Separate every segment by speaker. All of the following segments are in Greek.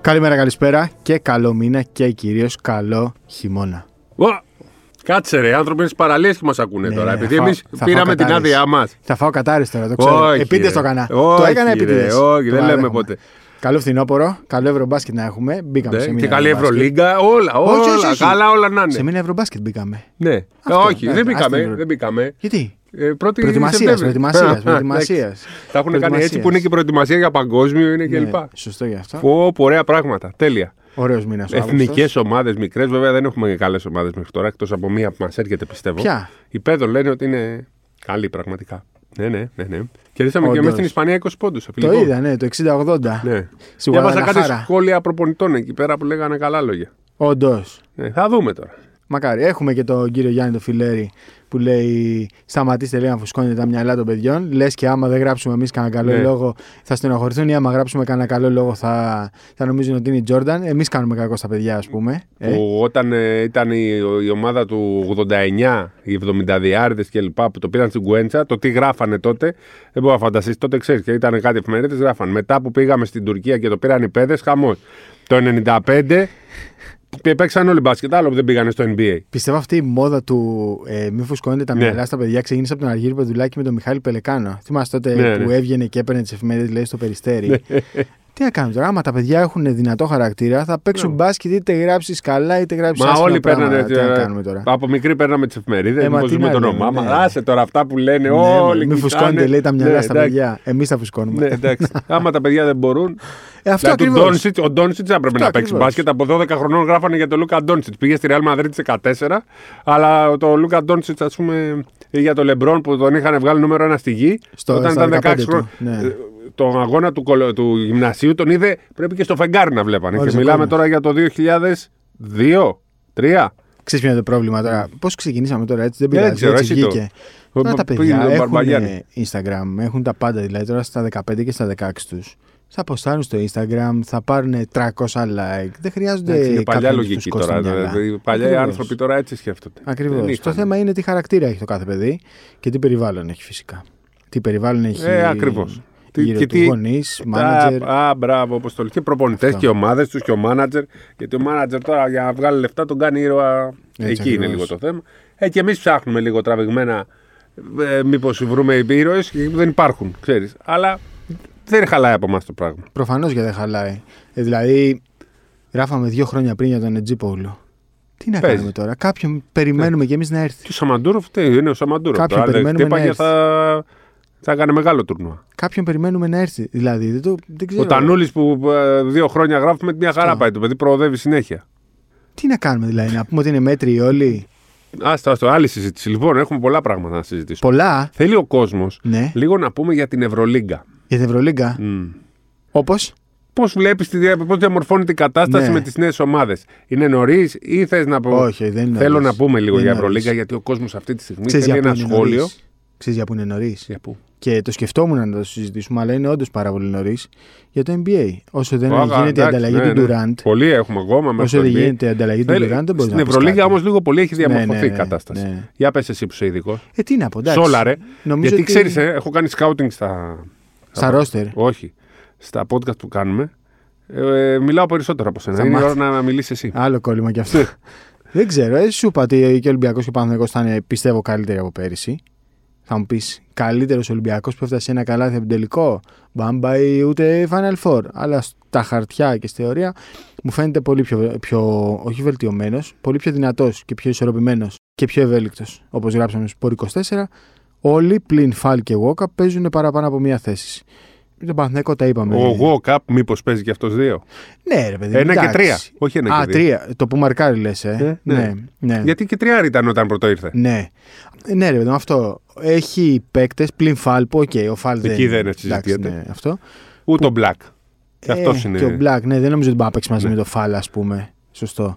Speaker 1: Καλημέρα, καλησπέρα και καλό μήνα και κυρίως καλό χειμώνα.
Speaker 2: Ω! Κάτσε ρε, άνθρωποι είναι στις παραλίες και μας ακούνε
Speaker 1: Ναι,
Speaker 2: Ε, τώρα.
Speaker 1: ναι,
Speaker 2: επειδή
Speaker 1: θα φάω-
Speaker 2: εμείς
Speaker 1: θα φάω
Speaker 2: πήραμε την
Speaker 1: κατάρρευση.
Speaker 2: άδειά μας.
Speaker 1: Θα φάω κατάρρευση τώρα, το ξέρω.
Speaker 2: Όχι,
Speaker 1: Επίτηδες
Speaker 2: ρε.
Speaker 1: το έκανα.
Speaker 2: Όχι,
Speaker 1: το έκανα
Speaker 2: ρε.
Speaker 1: επίτηδες.
Speaker 2: Όχι, δεν λέμε ποτέ. Ναι,
Speaker 1: Καλό φθινόπωρο, καλό ευρωμπάσκετ να έχουμε. Μπήκαμε σε μήνα.
Speaker 2: Και καλή
Speaker 1: Ευρωμπάσκετ.
Speaker 2: Ευρωλίγκα, όλα.
Speaker 1: Όχι, όχι,
Speaker 2: όλα
Speaker 1: όχι.
Speaker 2: Καλά όλα να
Speaker 1: Σε
Speaker 2: είναι.
Speaker 1: μήνα ευρωμπάσκετ μπήκαμε.
Speaker 2: Ναι.
Speaker 1: Αυτό,
Speaker 2: Όχι,
Speaker 1: εντάξει,
Speaker 2: δεν
Speaker 1: ας την
Speaker 2: μπήκαμε.
Speaker 1: βρω.
Speaker 2: Δεν μπήκαμε.
Speaker 1: Γιατί.
Speaker 2: Ε, πρώτη
Speaker 1: Προετοιμασίας,
Speaker 2: Σεπτέμβρη. Α,
Speaker 1: προετοιμασία.
Speaker 2: α, εντάξει.
Speaker 1: Προετοιμασίας.
Speaker 2: Τα έχουν κάνει έτσι που είναι και προετοιμασίας για παγκόσμιο είναι
Speaker 1: Ναι.
Speaker 2: κλπ.
Speaker 1: Σωστό γι' αυτό.
Speaker 2: Πω, πω, ωραία πράγματα. Τέλεια.
Speaker 1: Ωραίος μήνας.
Speaker 2: Εθνικές ομάδες, μικρές, βέβαια δεν έχουμε καλές ομάδες μέχρι τώρα, εκτός από μία που μας έρχεται πιστεύω.
Speaker 1: Ποια?
Speaker 2: Η Πέδο λένε ότι είναι καλή πραγματικά. Ναι, ναι, ναι. ναι. Κερδίσαμε και
Speaker 1: Όντως.
Speaker 2: μέσα στην Ισπανία 20 πόντους.
Speaker 1: Το είδα, ναι, το 60-80.
Speaker 2: Ναι.
Speaker 1: Στη
Speaker 2: Διάβασα κάτι
Speaker 1: Γουαδαλαχάρα.
Speaker 2: σχόλια προπονητών εκεί πέρα που λέγανε καλά λόγια.
Speaker 1: Όντως.
Speaker 2: Ναι, θα δούμε τώρα.
Speaker 1: Μακάρι. Έχουμε και τον κύριο Γιάννη το Φιλέρη που λέει: Σταματήστε λέει να φουσκώνετε τα μυαλά των παιδιών. Λες και άμα δεν γράψουμε εμείς κανένα καλό
Speaker 2: Ναι.
Speaker 1: λόγο θα στενοχωρηθούν ή άμα γράψουμε κανένα καλό λόγο θα, θα νομίζουν ότι είναι η Τζόρνταν. Εμείς κάνουμε κακό στα παιδιά, ας πούμε. Ε,
Speaker 2: Που όταν ε, ήταν η, η ομάδα του 89, οι 70 και κλπ. που το πήραν στην Κουέντσα, το τι γράφανε τότε, δεν μπορώ να φανταστείς. Τότε ξέρεις και ήταν κάτι εφημερίδες, γράφανε. Μετά που πήγαμε στην Τουρκία και το πήραν οι παιδες, χαμός. Το 95 και παίξαν όλοι μπάσκετ, άλλο που δεν πήγανε στο NBA.
Speaker 1: πιστεύω αυτή η μόδα του ε, μη φουσκώνετε τα
Speaker 2: Ναι.
Speaker 1: μυαλά στα παιδιά ξεκίνησε από τον Αργύρι Πεδουλάκη με τον Μιχάλη Πελεκάνο. Θυμάσαι τότε
Speaker 2: Ναι,
Speaker 1: που
Speaker 2: ναι.
Speaker 1: έβγαινε και έπαιρνε τις εφημερίδες, λέει στο περιστέρι. Τι να κάνουμε τώρα, άμα τα παιδιά έχουν δυνατό χαρακτήρα, θα παίξουν μπάσκετ είτε γράψεις καλά είτε γράψεις
Speaker 2: Ναι. Μα όλοι παίρνανε. ε,
Speaker 1: Τι να κάνουμε τώρα.
Speaker 2: Από μικροί παίρναμε τις εφημερίδες,
Speaker 1: Ε, μα
Speaker 2: μήπως
Speaker 1: τι
Speaker 2: δούμε
Speaker 1: να
Speaker 2: το
Speaker 1: λέμε,
Speaker 2: όνομά μα.
Speaker 1: ναι.
Speaker 2: Άσε τώρα αυτά που λένε
Speaker 1: Ναι,
Speaker 2: όλοι.
Speaker 1: μην
Speaker 2: κοιτάνε.
Speaker 1: φουσκώνετε, λέει τα μυαλά
Speaker 2: Ναι,
Speaker 1: στα
Speaker 2: εντάξει.
Speaker 1: παιδιά. Εμείς τα φουσκώνουμε.
Speaker 2: Ναι, εντάξει. Άμα τα παιδιά δεν μπορούν.
Speaker 1: Ε, αυτό
Speaker 2: Δηλαδή, του
Speaker 1: ακριβώς.
Speaker 2: Ντόνσιτς- ο Ντόνσιτ θα πρέπει
Speaker 1: Αυτό
Speaker 2: να παίξει
Speaker 1: ακριβώς.
Speaker 2: μπάσκετ. Από 12 χρονών γράφανε για τον Λούκα Ντόνσιτ. Πήγε στη Real Madrid σε 14. Αλλά το Λούκα Ντόνσιτ, ας πούμε, ή για τον Λεμπρόν που τον είχαν βγάλει νούμερο ένα στη γη.
Speaker 1: Στο-
Speaker 2: όταν
Speaker 1: στα
Speaker 2: ήταν
Speaker 1: 15
Speaker 2: 16 χρονών.
Speaker 1: του, ναι.
Speaker 2: ε, Τον αγώνα του, κολο- του γυμνασίου τον είδε πρέπει και στο φεγγάρι να βλέπανε.
Speaker 1: Όριζε
Speaker 2: και μιλάμε
Speaker 1: κόσμος.
Speaker 2: τώρα για το 2002. 3.
Speaker 1: Ξέρεις ποιο είναι το πρόβλημα τώρα. Πώς ξεκινήσαμε τώρα έτσι, δεν
Speaker 2: Δεν
Speaker 1: πειράζει.
Speaker 2: ξέρω,
Speaker 1: έτσι
Speaker 2: εσύ το.
Speaker 1: βγήκε.
Speaker 2: Ο-
Speaker 1: Τώρα τα
Speaker 2: πήγε
Speaker 1: παιδιά
Speaker 2: τον
Speaker 1: έχουν
Speaker 2: Μπαρμπαγιάννη.
Speaker 1: Instagram, έχουν τα πάντα. Δηλαδή τώρα στα 15 και στα 16 τους. Θα αποστάρουν στο Instagram, θα πάρουν 300 like. Δεν χρειάζονται.
Speaker 2: Εντάξει, είναι παλιά
Speaker 1: κάποιον να τους
Speaker 2: λογική
Speaker 1: κόψει
Speaker 2: τώρα.
Speaker 1: τα μυαλά.
Speaker 2: δηλαδή, οι παλιοί
Speaker 1: Ακριβώς.
Speaker 2: άνθρωποι τώρα έτσι σκέφτονται.
Speaker 1: Ακριβώς.
Speaker 2: Δεν
Speaker 1: Το
Speaker 2: είχαν.
Speaker 1: θέμα είναι τι χαρακτήρα έχει το κάθε παιδί και τι περιβάλλον έχει φυσικά. Τι περιβάλλον έχει.
Speaker 2: Ε, ακριβώς. Τι-
Speaker 1: Γύρω
Speaker 2: και
Speaker 1: του
Speaker 2: τι-
Speaker 1: γονείς,
Speaker 2: Α,
Speaker 1: μάνατζερ.
Speaker 2: α, μπράβο, όπως το λέει. Και προπονητές
Speaker 1: Αυτό.
Speaker 2: και ομάδες τους και ο μάνατζερ. Γιατί ο μάνατζερ τώρα για να βγάλει λεφτά τον κάνει ήρωα.
Speaker 1: Έτσι
Speaker 2: Εκεί είναι
Speaker 1: ακριβώς.
Speaker 2: λίγο το θέμα. Ε, και εμείς ψάχνουμε λίγο τραβηγμένα. Ε, Μήπως βρούμε ήρωες που δεν υπάρχουν, ξέρεις. Αλλά δεν χαλάει από εμάς το πράγμα.
Speaker 1: Προφανώς και δεν χαλάει. Ε, δηλαδή, γράφαμε δύο χρόνια πριν για τον Ετζίπογλου. Τι να
Speaker 2: Παίζεις.
Speaker 1: κάνουμε τώρα. Κάποιον περιμένουμε κι εμείς να έρθει.
Speaker 2: Και ο Σαμαντούροφ, τι είναι ο Σαμαντούροφ.
Speaker 1: Κάποιον
Speaker 2: Τώρα, δεν
Speaker 1: περιμένουμε να
Speaker 2: χτύπαγε, θα, θα έκανε μεγάλο τουρνουά.
Speaker 1: Κάποιον περιμένουμε να έρθει. Δηλαδή, δεν, το, δεν ξέρω.
Speaker 2: Ο Τανούλης που ε, δύο χρόνια γράφουμε, μια χαρά
Speaker 1: Αυτό.
Speaker 2: πάει το παιδί, προοδεύει συνέχεια.
Speaker 1: Τι να κάνουμε, δηλαδή, να πούμε ότι είναι μέτριοι όλοι.
Speaker 2: Άστα, άστα, άλλη συζήτηση. Λοιπόν, έχουμε πολλά πράγματα να συζητήσουμε.
Speaker 1: Πολλά.
Speaker 2: Θέλει ο κόσμος
Speaker 1: Ναι.
Speaker 2: λίγο να πούμε για την Ευρωλίγκα.
Speaker 1: Για την Ευρωλίγκα. Όπως.
Speaker 2: Πώς βλέπεις, πώς διαμορφώνεται η κατάσταση
Speaker 1: Ναι.
Speaker 2: με τις νέες ομάδες. Είναι νωρίς ή θες να πούμε.
Speaker 1: Όχι, δεν είναι
Speaker 2: Θέλω
Speaker 1: νωρίς.
Speaker 2: να πούμε λίγο
Speaker 1: Δεν
Speaker 2: για
Speaker 1: είναι νωρίς.
Speaker 2: Ευρωλίγκα, γιατί ο κόσμος αυτή τη στιγμή
Speaker 1: Ξέρεις
Speaker 2: θέλει
Speaker 1: για πού
Speaker 2: ένα
Speaker 1: είναι
Speaker 2: σχόλιο.
Speaker 1: νωρίς. Ξέρεις για πού είναι νωρίς.
Speaker 2: Για πού.
Speaker 1: Και το σκεφτόμουν να το συζητήσουμε, αλλά είναι όντως πάρα πολύ νωρίς. Για το NBA. Όσο δεν
Speaker 2: Ω, α,
Speaker 1: γίνεται η
Speaker 2: εντάξει,
Speaker 1: ανταλλαγή
Speaker 2: ναι,
Speaker 1: του
Speaker 2: ναι.
Speaker 1: Durant.
Speaker 2: Πολλοί έχουμε ακόμα μέσα
Speaker 1: Όσο
Speaker 2: στο
Speaker 1: δεν
Speaker 2: NBA.
Speaker 1: γίνεται η ανταλλαγή του
Speaker 2: Θέλει-
Speaker 1: Durant, δεν μπορείς
Speaker 2: Ναι, Στην
Speaker 1: να πεις
Speaker 2: Ευρωλίγκα
Speaker 1: κάτι.
Speaker 2: όμως λίγο πολύ έχει
Speaker 1: ναι,
Speaker 2: διαμορφωθεί
Speaker 1: ναι,
Speaker 2: η κατάσταση.
Speaker 1: ναι.
Speaker 2: Για πες εσύ που είσαι ειδικός.
Speaker 1: Ε, τι να πω, εντάξει.
Speaker 2: Σόλαρε.
Speaker 1: Νομίζω
Speaker 2: Γιατί ε,
Speaker 1: ότι-
Speaker 2: ξέρεις, έχω κάνει σκάουτινγκ στα.
Speaker 1: Στα ρόστερ.
Speaker 2: Όχι. Στα podcast που κάνουμε. Ε, ε, μιλάω περισσότερο από σένα.
Speaker 1: Θα
Speaker 2: Είναι η ώρα
Speaker 1: μάθεις.
Speaker 2: να μιλήσεις εσύ.
Speaker 1: Άλλο κόλλημα κι
Speaker 2: Ναι.
Speaker 1: αυτό. Δεν ξέρω. Ε, σου είπα ότι και ο Ολυμπιακό και ο Παναθηναϊκός θα είναι πιστεύω καλύτεροι από πέρυσι. Θα μου πεις καλύτερος Ολυμπιακός που έφτασε ένα καλάθι από τον τελικό. Μπάμπα ή ούτε Final Four. Αλλά στα χαρτιά και στη θεωρία μου φαίνεται πολύ πιο, πιο όχι βελτιωμένος, πολύ πιο δυνατός και πιο ισορροπημένος και πιο ευέλικτος. Όπως γράψαμε στο Sport 24, όλοι πλην Φαλ και Walkup παίζουν παραπάνω από μία θέση. Με τον Παναθηναϊκό τα είπαμε.
Speaker 2: Ο Γουόκαπ, μήπως παίζει και αυτός δύο.
Speaker 1: Ναι, ρε παιδί.
Speaker 2: Ένα και
Speaker 1: εντάξει.
Speaker 2: τρία. Όχι ένα
Speaker 1: Α,
Speaker 2: και δύο.
Speaker 1: τρία. Το που μαρκάρει λες. Ε.
Speaker 2: Ε, ναι.
Speaker 1: ναι. ναι.
Speaker 2: Γιατί και τριάρι ήταν όταν πρώτο ήρθε.
Speaker 1: Ναι. Ναι, ρε παιδί μου, αυτό. Έχει παίκτες πλην φάλπο. Οκ, ο φάλ δεν.
Speaker 2: Εκεί δεν
Speaker 1: εντάξει,
Speaker 2: συζητιέται.
Speaker 1: ναι, αυτό.
Speaker 2: Ούτε ο Μπλακ. Και αυτός
Speaker 1: Ε,
Speaker 2: είναι.
Speaker 1: Και ο Black, ναι, δεν νομίζω ότι μπορεί να παίξει μαζί
Speaker 2: Ναι.
Speaker 1: με το φάλ, ας πούμε. Σωστό.